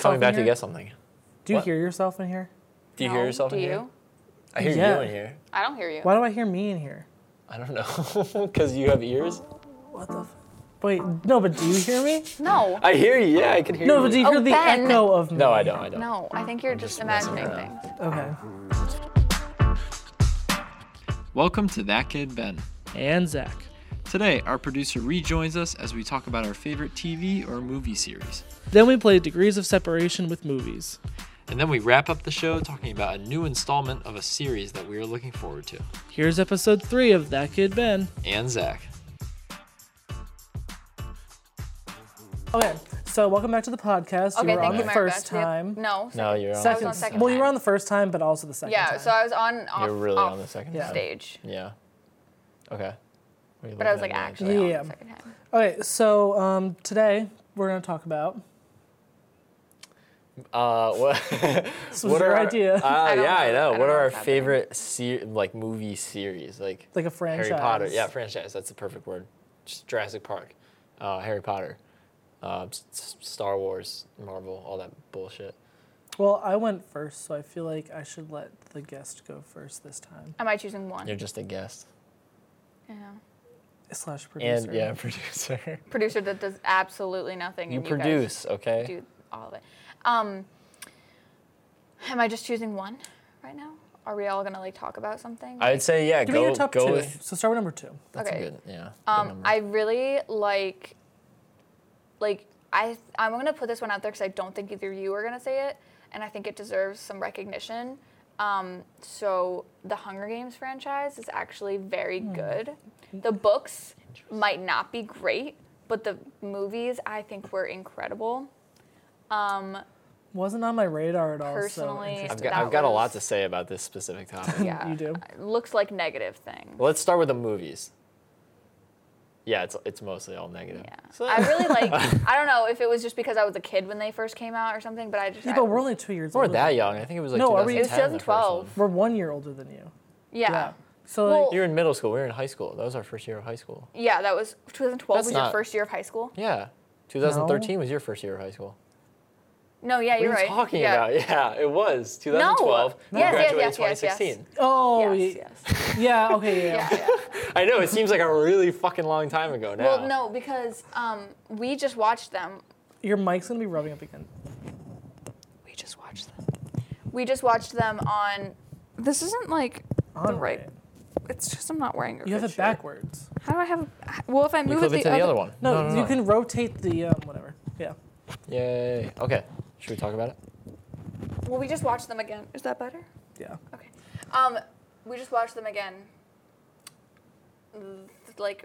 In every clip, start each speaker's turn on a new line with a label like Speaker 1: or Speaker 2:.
Speaker 1: Coming back to
Speaker 2: here?
Speaker 1: get something.
Speaker 2: Do you
Speaker 1: What?
Speaker 2: hear yourself in here?
Speaker 1: Do you hear yourself
Speaker 3: Do
Speaker 1: in
Speaker 3: you?
Speaker 1: here? I hear
Speaker 2: Yeah.
Speaker 1: you in here.
Speaker 3: I don't hear you.
Speaker 2: Why do I hear me in here?
Speaker 1: I don't know. Because you have ears?
Speaker 2: What the? F- Wait, no, but do you hear me?
Speaker 3: No.
Speaker 1: I hear you. Yeah, I can hear
Speaker 2: No,
Speaker 1: you.
Speaker 2: but do you
Speaker 3: Oh,
Speaker 2: hear the
Speaker 3: Ben.
Speaker 2: echo of me?
Speaker 1: no, I don't. I don't.
Speaker 3: No, I think you're just,
Speaker 1: just messing
Speaker 3: imagining
Speaker 1: around.
Speaker 3: things.
Speaker 2: Okay.
Speaker 4: Welcome to That Kid Ben.
Speaker 2: And Zach.
Speaker 4: Today, our producer rejoins us as we talk about our favorite TV or movie series.
Speaker 2: Then we played Degrees of Separation with movies.
Speaker 4: And then we wrap up the show talking about a new installment of a series that we are looking forward to.
Speaker 2: Here's episode three of That Kid Ben.
Speaker 4: And Zach.
Speaker 2: Okay, so welcome back to the podcast.
Speaker 3: Okay,
Speaker 2: you were
Speaker 3: thank
Speaker 2: on
Speaker 3: you,
Speaker 2: the
Speaker 3: Mary Beth.
Speaker 2: first
Speaker 3: The-
Speaker 2: time.
Speaker 3: No.
Speaker 1: No, you're on.
Speaker 3: I was on second
Speaker 2: Well, you were
Speaker 3: time.
Speaker 2: on the first time, but also the second
Speaker 3: Yeah,
Speaker 2: time.
Speaker 3: so I was on off,
Speaker 1: You're really
Speaker 3: off
Speaker 1: on the second
Speaker 2: Yeah.
Speaker 1: time.
Speaker 3: stage,
Speaker 1: Yeah. Okay. What are you
Speaker 3: but I was like
Speaker 1: looking at me
Speaker 3: actually
Speaker 2: Yeah.
Speaker 3: on the second time.
Speaker 2: okay, so um, today we're going to talk about.
Speaker 1: Uh, what?
Speaker 2: This was your
Speaker 1: are our-
Speaker 2: idea.
Speaker 1: Uh,
Speaker 3: don't
Speaker 1: yeah, I know.
Speaker 3: know. I don't
Speaker 1: what
Speaker 3: know
Speaker 1: are our
Speaker 3: what's happening.
Speaker 1: favorite se- like movie series? Like
Speaker 2: like a franchise.
Speaker 1: Harry Potter. Yeah, franchise. That's the perfect word. Just Jurassic Park, uh, Harry Potter, uh, s- s- Star Wars, Marvel, all that bullshit.
Speaker 2: Well, I went first, so I feel like I should let the guest go first this time.
Speaker 3: Am I choosing one?
Speaker 1: You're just a guest
Speaker 3: You know.
Speaker 2: Slash producer.
Speaker 1: and yeah, producer.
Speaker 3: Producer that does absolutely nothing.
Speaker 1: you
Speaker 3: and
Speaker 1: produce, eh?
Speaker 3: You
Speaker 1: okay?
Speaker 3: guys do all of it. Um, am I just choosing one right now? Are we all gonna like talk about something?
Speaker 1: I'd say yeah.
Speaker 2: Give
Speaker 1: go
Speaker 2: me your top
Speaker 1: go
Speaker 2: two.
Speaker 1: with.
Speaker 2: so start with number two.
Speaker 1: That's
Speaker 3: Okay.
Speaker 1: a good. Yeah. good
Speaker 3: Um,
Speaker 1: number.
Speaker 3: I really like, like I I'm gonna put this one out there because I don't think either you are gonna say it, and I think it deserves some recognition. Um, so the Hunger Games franchise is actually very
Speaker 2: Hmm.
Speaker 3: good. The books might not be great, but the movies I think were incredible. Um,
Speaker 2: Wasn't on my radar at all.
Speaker 3: Personally,
Speaker 2: so
Speaker 1: I've
Speaker 2: interesting.
Speaker 1: got,
Speaker 3: that
Speaker 1: I've got a lot
Speaker 3: was-
Speaker 1: to say about this specific topic.
Speaker 3: yeah,
Speaker 2: you do.
Speaker 3: looks like negative thing.
Speaker 1: Let's start with the movies. Yeah, it's it's mostly all negative.
Speaker 3: Yeah.
Speaker 1: So-
Speaker 3: I really like. I don't know if it was just because I was a kid when they first came out or something, but I just
Speaker 2: Yeah,
Speaker 3: I-
Speaker 2: but we're only two years
Speaker 1: Or
Speaker 2: older.
Speaker 1: that young. I think it was like
Speaker 2: No, are we-
Speaker 1: 2010.
Speaker 2: It was
Speaker 1: the first one.
Speaker 3: 2012.
Speaker 2: We're one year older than you.
Speaker 3: yeah.
Speaker 2: So
Speaker 3: Well,
Speaker 2: like,
Speaker 1: You were in middle school. We were in high school. That was our first year of high school.
Speaker 3: Yeah, that was 2012
Speaker 1: That's
Speaker 3: was your
Speaker 1: not-
Speaker 3: first year of high school.
Speaker 1: Yeah. 2013 was your first year of high school.
Speaker 3: No, yeah,
Speaker 1: What
Speaker 3: you're
Speaker 1: are you
Speaker 3: right.
Speaker 1: talking
Speaker 3: yeah.
Speaker 1: about? Yeah, it was 2012.
Speaker 3: No.
Speaker 1: You
Speaker 3: Yes, yes,
Speaker 1: graduated
Speaker 3: yes, yes, yes.
Speaker 1: 2016.
Speaker 2: oh
Speaker 3: Yes,
Speaker 2: y-
Speaker 3: yes.
Speaker 2: yeah, okay, yeah. yeah.
Speaker 3: Yeah, yeah.
Speaker 1: I know. It seems like a really fucking long time ago now.
Speaker 3: well, no, because um, we just watched them.
Speaker 2: Your mic's gonna be rubbing up again.
Speaker 3: We just watched them. We just watched them on. This isn't like the
Speaker 2: On
Speaker 3: right.
Speaker 2: it.
Speaker 3: It's just I'm not wearing a.
Speaker 2: You have
Speaker 3: good
Speaker 2: it
Speaker 3: shirt.
Speaker 2: backwards.
Speaker 3: How do I have? Well, if I
Speaker 1: You
Speaker 3: move
Speaker 1: flip it to the other one.
Speaker 2: No, you can rotate the um, whatever. Yeah.
Speaker 1: Yay. Okay. Should we talk about it?
Speaker 3: Well, we just watched them again. Is that better?
Speaker 2: Yeah.
Speaker 3: Okay. Um, we just watched them again, th- like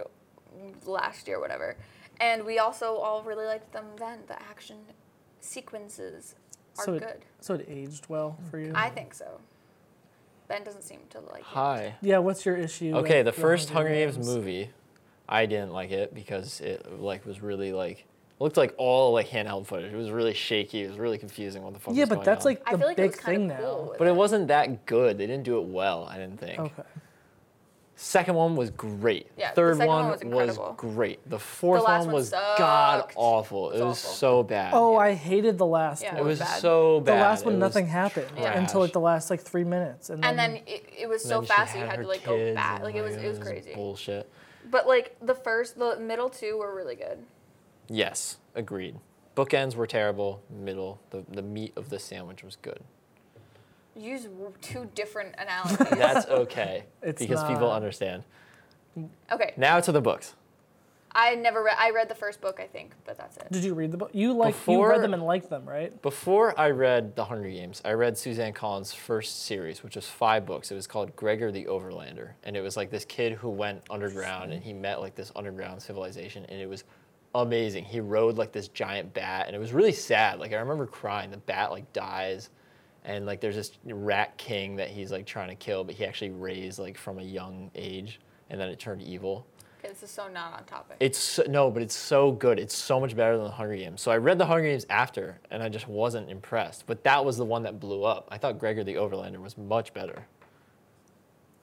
Speaker 3: last year, whatever. And we also all really liked them then. The action sequences are
Speaker 2: so it,
Speaker 3: good.
Speaker 2: so it aged well for you.
Speaker 3: I think so. Ben doesn't seem to like. it.
Speaker 1: Hi.
Speaker 2: yeah, what's your issue?
Speaker 1: Okay,
Speaker 2: with
Speaker 1: the first Hunger Games movie, I didn't like it because it like was really like looked like all like handheld footage. It was really shaky. It was really confusing. What the fuck?
Speaker 2: Yeah,
Speaker 1: was
Speaker 2: but
Speaker 1: going
Speaker 2: that's
Speaker 1: on.
Speaker 2: like
Speaker 3: I
Speaker 2: the
Speaker 3: feel like it
Speaker 2: big
Speaker 3: was
Speaker 2: thing
Speaker 3: kind of
Speaker 2: now.
Speaker 3: cool. with
Speaker 1: But it
Speaker 3: it.
Speaker 1: wasn't that good. They didn't do it well. I didn't think.
Speaker 2: Okay.
Speaker 1: Second one was great.
Speaker 3: Yeah, the
Speaker 1: Third
Speaker 3: second one
Speaker 1: one
Speaker 3: was incredible.
Speaker 1: great. The fourth
Speaker 3: last
Speaker 1: one
Speaker 3: one
Speaker 1: was
Speaker 3: sucked.
Speaker 1: god awful. It
Speaker 3: It was
Speaker 1: was
Speaker 3: awful.
Speaker 1: so bad.
Speaker 2: Oh, I hated the last
Speaker 3: Yeah.
Speaker 2: one.
Speaker 1: it was
Speaker 3: bad.
Speaker 1: so
Speaker 2: the
Speaker 1: bad.
Speaker 2: last one,
Speaker 1: It was
Speaker 2: nothing happened until like
Speaker 1: trash.
Speaker 2: the last like three minutes, and then,
Speaker 3: And then it, it was so
Speaker 1: Then she
Speaker 3: fast that you had
Speaker 1: her
Speaker 3: to like
Speaker 1: kids
Speaker 3: go back.
Speaker 1: and,
Speaker 3: Like it was it was
Speaker 1: this
Speaker 3: crazy.
Speaker 1: Bullshit.
Speaker 3: But like the first, the middle two were really good.
Speaker 1: Yes, agreed. Bookends were terrible. Middle, the, the meat of the sandwich was good.
Speaker 3: Use w- two different analogies.
Speaker 1: That's okay
Speaker 2: It's
Speaker 1: because people
Speaker 2: not-
Speaker 1: understand.
Speaker 3: okay.
Speaker 1: Now to the books.
Speaker 3: I never read. I read the first book, I think, but that's it.
Speaker 2: did you read the book? You like you
Speaker 1: Before-
Speaker 2: read them and liked them, right?
Speaker 1: Before I read The Hunger Games, I read Suzanne Collins' first series, which was five books. It was called Gregor the Overlander. And it was like this kid who went underground and he met like this underground civilization and it was amazing. He rode like this giant bat and it was really sad. Like I remember crying. The bat like dies and like there's this rat king that he's like trying to kill, but he actually raised like from a young age and then it turned evil.
Speaker 3: Okay, this is so not on topic.
Speaker 1: It's so- no, but it's so good. It's so much better than the Hunger Games. So I read the Hunger Games after, and I just wasn't impressed. But that was the one that blew up. I thought Gregor the Overlander was much better.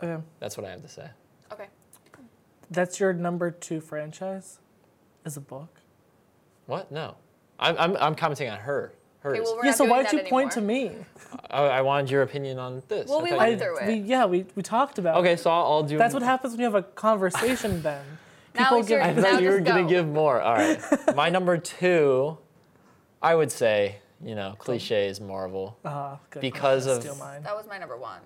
Speaker 2: Okay.
Speaker 1: That's what I have to say.
Speaker 3: okay.
Speaker 2: That's your number two franchise, is a book.
Speaker 1: What? No, I'm I'm, I'm commenting on her. Hers.
Speaker 3: well, we're
Speaker 2: yeah,
Speaker 3: not
Speaker 2: so
Speaker 3: doing
Speaker 2: why'd
Speaker 3: that
Speaker 2: you point to
Speaker 3: anymore.
Speaker 2: me?
Speaker 1: I, I wanted your opinion on this.
Speaker 3: Well,
Speaker 1: I
Speaker 3: we
Speaker 1: thought
Speaker 3: went
Speaker 1: you-
Speaker 3: through it.
Speaker 2: We, yeah, we, we talked about it.
Speaker 1: Okay, so I'll, I'll do.
Speaker 2: That's what happens when you have a conversation, Ben.
Speaker 3: Now
Speaker 2: People
Speaker 3: it's
Speaker 2: give-
Speaker 3: your-
Speaker 1: I
Speaker 3: now
Speaker 1: thought you
Speaker 3: just
Speaker 1: were gonna
Speaker 3: go.
Speaker 1: give more. All right, my number two, I would say, you know, cliche is Marvel.
Speaker 2: Ah, good.
Speaker 1: Because
Speaker 2: I'll
Speaker 1: of-
Speaker 2: Steal mine.
Speaker 3: That was my number one.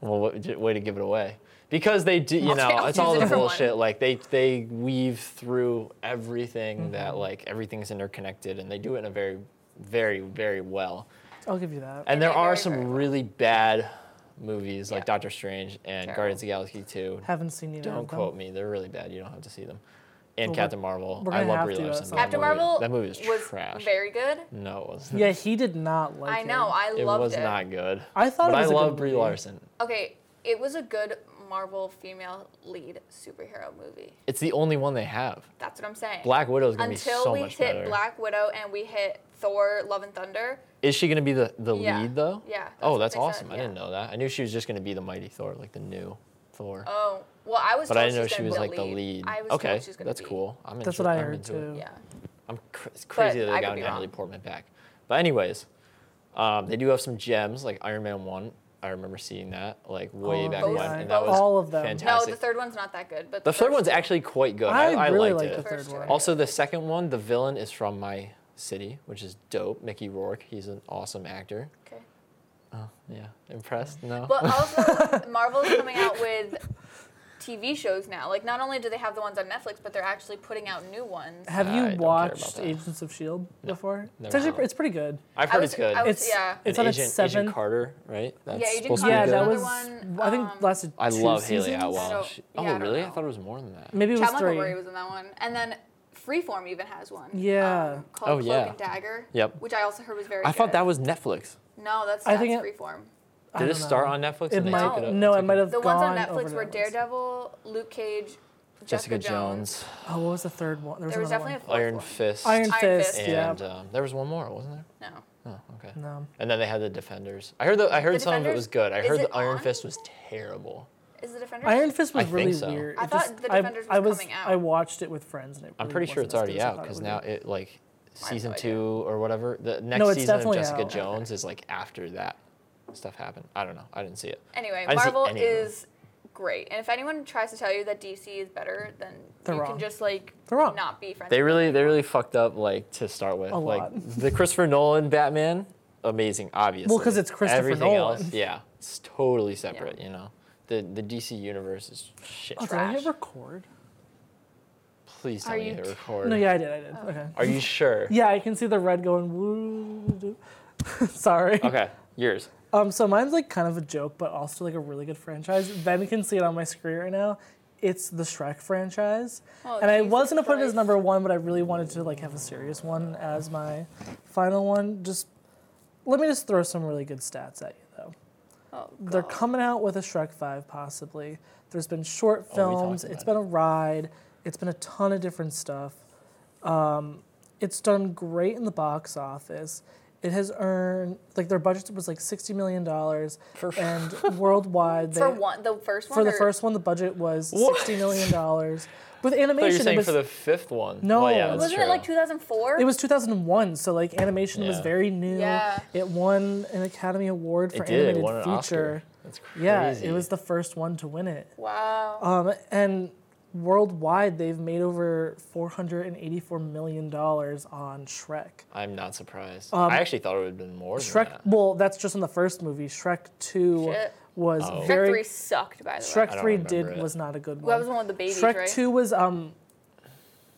Speaker 1: Well, what, j- way to give it away. Because they do, you
Speaker 3: Okay,
Speaker 1: know,
Speaker 3: I'll
Speaker 1: it's
Speaker 3: choose
Speaker 1: all
Speaker 3: a
Speaker 1: the
Speaker 3: different one.
Speaker 1: bullshit. Like they they weave through everything
Speaker 3: Mm-hmm.
Speaker 1: that like everything's interconnected, and they do it in a very, very, very well.
Speaker 2: I'll give you that.
Speaker 1: And there
Speaker 3: did
Speaker 1: are
Speaker 3: very,
Speaker 1: some
Speaker 3: very well.
Speaker 1: really bad movies like
Speaker 3: Yeah.
Speaker 1: Doctor Strange and
Speaker 3: Terrible.
Speaker 1: Guardians of the Galaxy 2.
Speaker 2: Haven't seen either
Speaker 1: Don't
Speaker 2: of them.
Speaker 1: quote me; they're really bad. You don't have to see them. And
Speaker 2: Well, we're-
Speaker 1: Captain Marvel.
Speaker 2: we're
Speaker 1: I
Speaker 2: gonna
Speaker 1: love
Speaker 2: have
Speaker 1: Brie
Speaker 2: to at
Speaker 1: Larson.
Speaker 2: some
Speaker 1: That
Speaker 3: uh, Captain
Speaker 1: movie-
Speaker 3: Marvel
Speaker 1: That movie was,
Speaker 3: was
Speaker 1: trash.
Speaker 3: very good.
Speaker 1: no, it wasn't.
Speaker 2: Yeah, he did not like
Speaker 3: I know.
Speaker 2: it.
Speaker 3: I
Speaker 1: it
Speaker 3: loved
Speaker 1: was
Speaker 3: it.
Speaker 1: not good.
Speaker 2: I thought
Speaker 1: but
Speaker 2: it
Speaker 1: I
Speaker 2: was a good
Speaker 1: love Brie
Speaker 2: movie.
Speaker 1: Larson.
Speaker 3: Okay, it was a good Marvel female lead superhero movie.
Speaker 1: It's the only one they have.
Speaker 3: That's what I'm saying.
Speaker 1: Black Widow is gonna
Speaker 3: Until
Speaker 1: be so
Speaker 3: we
Speaker 1: much
Speaker 3: hit
Speaker 1: better.
Speaker 3: Black Widow and we hit Thor: Love and Thunder.
Speaker 1: Is she gonna be the, the
Speaker 3: Yeah.
Speaker 1: lead though?
Speaker 3: Yeah, that's
Speaker 1: oh,
Speaker 3: what
Speaker 1: that's
Speaker 3: they said,
Speaker 1: awesome. I
Speaker 3: yeah.
Speaker 1: didn't know that. I knew she was just gonna be the mighty Thor, like the new Thor.
Speaker 3: Oh, well, I was.
Speaker 1: but
Speaker 3: told
Speaker 1: I didn't know
Speaker 3: she's
Speaker 1: she
Speaker 3: gonna
Speaker 1: was
Speaker 3: be
Speaker 1: like the lead.
Speaker 3: I was
Speaker 1: okay,
Speaker 3: told she's gonna
Speaker 1: that's
Speaker 3: be.
Speaker 1: cool. I'm
Speaker 2: That's
Speaker 1: into-
Speaker 2: what I
Speaker 1: I'm
Speaker 2: heard
Speaker 1: into it.
Speaker 2: too.
Speaker 3: Yeah.
Speaker 1: I'm cr- it's crazy
Speaker 3: But
Speaker 1: that
Speaker 3: I
Speaker 1: they
Speaker 3: could
Speaker 1: got
Speaker 3: be
Speaker 1: Natalie
Speaker 3: wrong.
Speaker 1: Portman back. But anyways, um, they do have some gems like Iron Man One. I remember seeing that like way
Speaker 2: All of
Speaker 1: back
Speaker 2: them.
Speaker 1: when,
Speaker 3: Both-
Speaker 1: and that was
Speaker 2: Oh, All of them. No, the
Speaker 3: No,
Speaker 1: fantastic.
Speaker 3: the third one's not that good, but
Speaker 1: The third
Speaker 3: first-
Speaker 1: one's actually quite good.
Speaker 2: I,
Speaker 1: I,
Speaker 2: really
Speaker 1: liked
Speaker 2: like
Speaker 1: it.
Speaker 2: the third
Speaker 3: First
Speaker 2: one.
Speaker 3: one.
Speaker 1: Also, the second one, the villain is from my city, which is dope. Mickey Rourke. He's an awesome actor. Oh,
Speaker 3: Okay.
Speaker 1: Yeah, impressed? No.
Speaker 3: But also, Marvel's coming out with TV shows now. Like, not only do they have the ones on Netflix, but they're actually putting out new ones.
Speaker 2: Have
Speaker 1: I
Speaker 2: you
Speaker 1: don't care about
Speaker 2: watched
Speaker 1: that.
Speaker 2: Agents of Shield E before?
Speaker 1: never
Speaker 2: It's actually
Speaker 1: have.
Speaker 2: pre- it's pretty good.
Speaker 1: I've
Speaker 3: I
Speaker 1: heard
Speaker 3: was-
Speaker 1: it's good.
Speaker 3: I was-
Speaker 2: It's
Speaker 3: Oh, yeah.
Speaker 2: it's
Speaker 1: And
Speaker 2: on
Speaker 1: Agent,
Speaker 2: its seventh.
Speaker 1: Agent Carter, right? That's
Speaker 3: Agent
Speaker 1: supposed
Speaker 3: Carter.
Speaker 2: yeah,
Speaker 1: to be
Speaker 2: that
Speaker 1: good.
Speaker 3: Another
Speaker 2: was.
Speaker 3: one,
Speaker 2: I think
Speaker 3: um,
Speaker 2: lasted
Speaker 1: I
Speaker 2: two
Speaker 1: love
Speaker 2: seasons.
Speaker 1: Haley Atwell.
Speaker 3: So,
Speaker 1: She-
Speaker 3: yeah,
Speaker 1: oh,
Speaker 3: I don't
Speaker 1: really? I
Speaker 3: know.
Speaker 1: thought it was more than that.
Speaker 2: Maybe it was
Speaker 3: Chad
Speaker 2: three.
Speaker 3: Murray was in that one. And then Freeform even has one.
Speaker 2: Yeah.
Speaker 3: um, called
Speaker 1: Oh,
Speaker 3: Cloak
Speaker 1: yeah.
Speaker 3: and Dagger.
Speaker 1: Yep.
Speaker 3: Which I also heard was very
Speaker 1: I thought
Speaker 3: good.
Speaker 1: that was Netflix.
Speaker 3: No, that's,
Speaker 2: I
Speaker 3: that's
Speaker 2: think it-
Speaker 3: Freeform.
Speaker 2: I
Speaker 1: Did it
Speaker 2: don't
Speaker 1: start
Speaker 2: know.
Speaker 1: on Netflix?
Speaker 2: It
Speaker 1: and they
Speaker 2: might.
Speaker 1: took it up?
Speaker 2: no,
Speaker 1: took
Speaker 2: it might have
Speaker 3: The
Speaker 2: gone
Speaker 3: ones on
Speaker 2: over to
Speaker 3: Netflix
Speaker 2: that
Speaker 3: were
Speaker 2: one.
Speaker 3: Daredevil, Luke Cage,
Speaker 1: Jessica,
Speaker 3: Jessica,
Speaker 1: Jones,
Speaker 2: Oh, what was the third one? There was,
Speaker 3: There was
Speaker 2: another
Speaker 3: definitely a fourth
Speaker 1: Iron
Speaker 3: one.
Speaker 1: Fist,
Speaker 2: one. Iron,
Speaker 3: Iron
Speaker 2: Fist.
Speaker 3: Fist.
Speaker 2: Yeah.
Speaker 1: and um, there was one more, wasn't there?
Speaker 3: No.
Speaker 1: Oh, okay.
Speaker 2: No.
Speaker 1: And then they had the Defenders. I heard the I heard some of it
Speaker 3: Defenders-
Speaker 1: was good. I
Speaker 3: is
Speaker 1: heard
Speaker 3: it
Speaker 1: the Iron
Speaker 3: on?
Speaker 1: Fist was terrible.
Speaker 3: Is the Defenders?
Speaker 2: Iron Fist
Speaker 1: I
Speaker 2: was
Speaker 1: think
Speaker 2: really
Speaker 1: so.
Speaker 2: weird.
Speaker 3: I
Speaker 2: It
Speaker 3: thought
Speaker 2: just-
Speaker 3: The Defenders was
Speaker 2: I, I was
Speaker 3: coming out.
Speaker 2: I watched it with friends and it.
Speaker 1: I'm
Speaker 2: really
Speaker 1: pretty sure it's
Speaker 2: wasn't as
Speaker 1: already
Speaker 2: good as I
Speaker 1: out
Speaker 2: thought it
Speaker 1: because
Speaker 2: would
Speaker 1: now
Speaker 2: be.
Speaker 1: it like
Speaker 3: no
Speaker 1: season
Speaker 3: idea.
Speaker 1: two or whatever. The next
Speaker 2: it's
Speaker 1: season of
Speaker 2: definitely
Speaker 1: Jessica
Speaker 2: out.
Speaker 1: Jones is like after that stuff happened. I don't know. I didn't see it.
Speaker 3: Anyway,
Speaker 1: I didn't see
Speaker 3: Marvel
Speaker 1: any of them.
Speaker 3: is great, and if anyone tries to tell you that DC is better, then
Speaker 2: They're
Speaker 3: you
Speaker 2: wrong.
Speaker 3: can just like
Speaker 2: They're wrong.
Speaker 3: not be friends.
Speaker 1: They
Speaker 3: with
Speaker 1: really
Speaker 3: them.
Speaker 1: they really fucked up like to start with.
Speaker 2: A
Speaker 1: like
Speaker 2: lot.
Speaker 1: the Christopher Nolan Batman, amazing, obviously.
Speaker 2: 'cause it's Christopher
Speaker 1: Everything
Speaker 2: Nolan.
Speaker 1: else, yeah, it's totally separate. You know, the the DC universe is shit.
Speaker 2: Oh, did I
Speaker 1: trash.
Speaker 2: hit record?
Speaker 1: Please tell
Speaker 3: Are
Speaker 1: me
Speaker 3: you
Speaker 1: you hit
Speaker 3: ki-
Speaker 1: record.
Speaker 2: No, yeah, I did. I did. Okay.
Speaker 3: Oh.
Speaker 1: Are you sure?
Speaker 2: Yeah, I can see the red going. woo. Sorry.
Speaker 1: Okay, yours.
Speaker 2: Um, so mine's like kind of a joke, but also like a really good franchise. Ben can see it on my screen right now. It's the Shrek franchise,
Speaker 3: Oh,
Speaker 2: and I
Speaker 3: Jesus
Speaker 2: was gonna put it as
Speaker 3: Christ.
Speaker 2: number one, but I really wanted to like have a serious one as my final one. Just let me just throw some really good stats at you though.
Speaker 3: Oh,
Speaker 2: They're
Speaker 3: God.
Speaker 2: coming out with a Shrek 5, possibly. There's been short
Speaker 1: Oh, we talked
Speaker 2: films, it's
Speaker 1: about
Speaker 2: been a ride, it's been a ton of different stuff. Um, it's done great in the box office. It has earned, like, their budget was like $60 million. and worldwide, they,
Speaker 3: for one, the first one.
Speaker 2: for the
Speaker 3: or-
Speaker 2: first one, the budget was
Speaker 1: What?
Speaker 2: $60 million. With
Speaker 1: I thought you
Speaker 2: animation,
Speaker 1: were saying
Speaker 2: it was,
Speaker 1: for the fifth one.
Speaker 2: No.
Speaker 1: well, yeah, that's
Speaker 3: Wasn't
Speaker 1: true.
Speaker 3: it like 2004?
Speaker 2: it was 2001, so like animation was
Speaker 1: Yeah.
Speaker 2: very new.
Speaker 3: Yeah.
Speaker 2: It won an Academy Award for
Speaker 1: It did. It
Speaker 2: animated
Speaker 1: won an
Speaker 2: feature.
Speaker 1: Oscar. That's crazy.
Speaker 2: Yeah, it was the first one to win it.
Speaker 3: Wow.
Speaker 2: Um, and worldwide, they've made over $484 million on Shrek.
Speaker 1: I'm not surprised. I actually thought it would have been more.
Speaker 2: um, Shrek,
Speaker 1: Than that.
Speaker 2: well, that's just in the first movie. Shrek 2
Speaker 3: Shit.
Speaker 2: was
Speaker 1: Oh. Shrek
Speaker 3: Shrek
Speaker 2: very.
Speaker 3: three sucked by the way.
Speaker 1: I
Speaker 2: Shrek
Speaker 1: don't
Speaker 2: 3
Speaker 1: remember
Speaker 2: did,
Speaker 1: it.
Speaker 2: was not a good one.
Speaker 3: Well, that was the one with the babies,
Speaker 2: Shrek
Speaker 3: right?
Speaker 2: 2 was, um,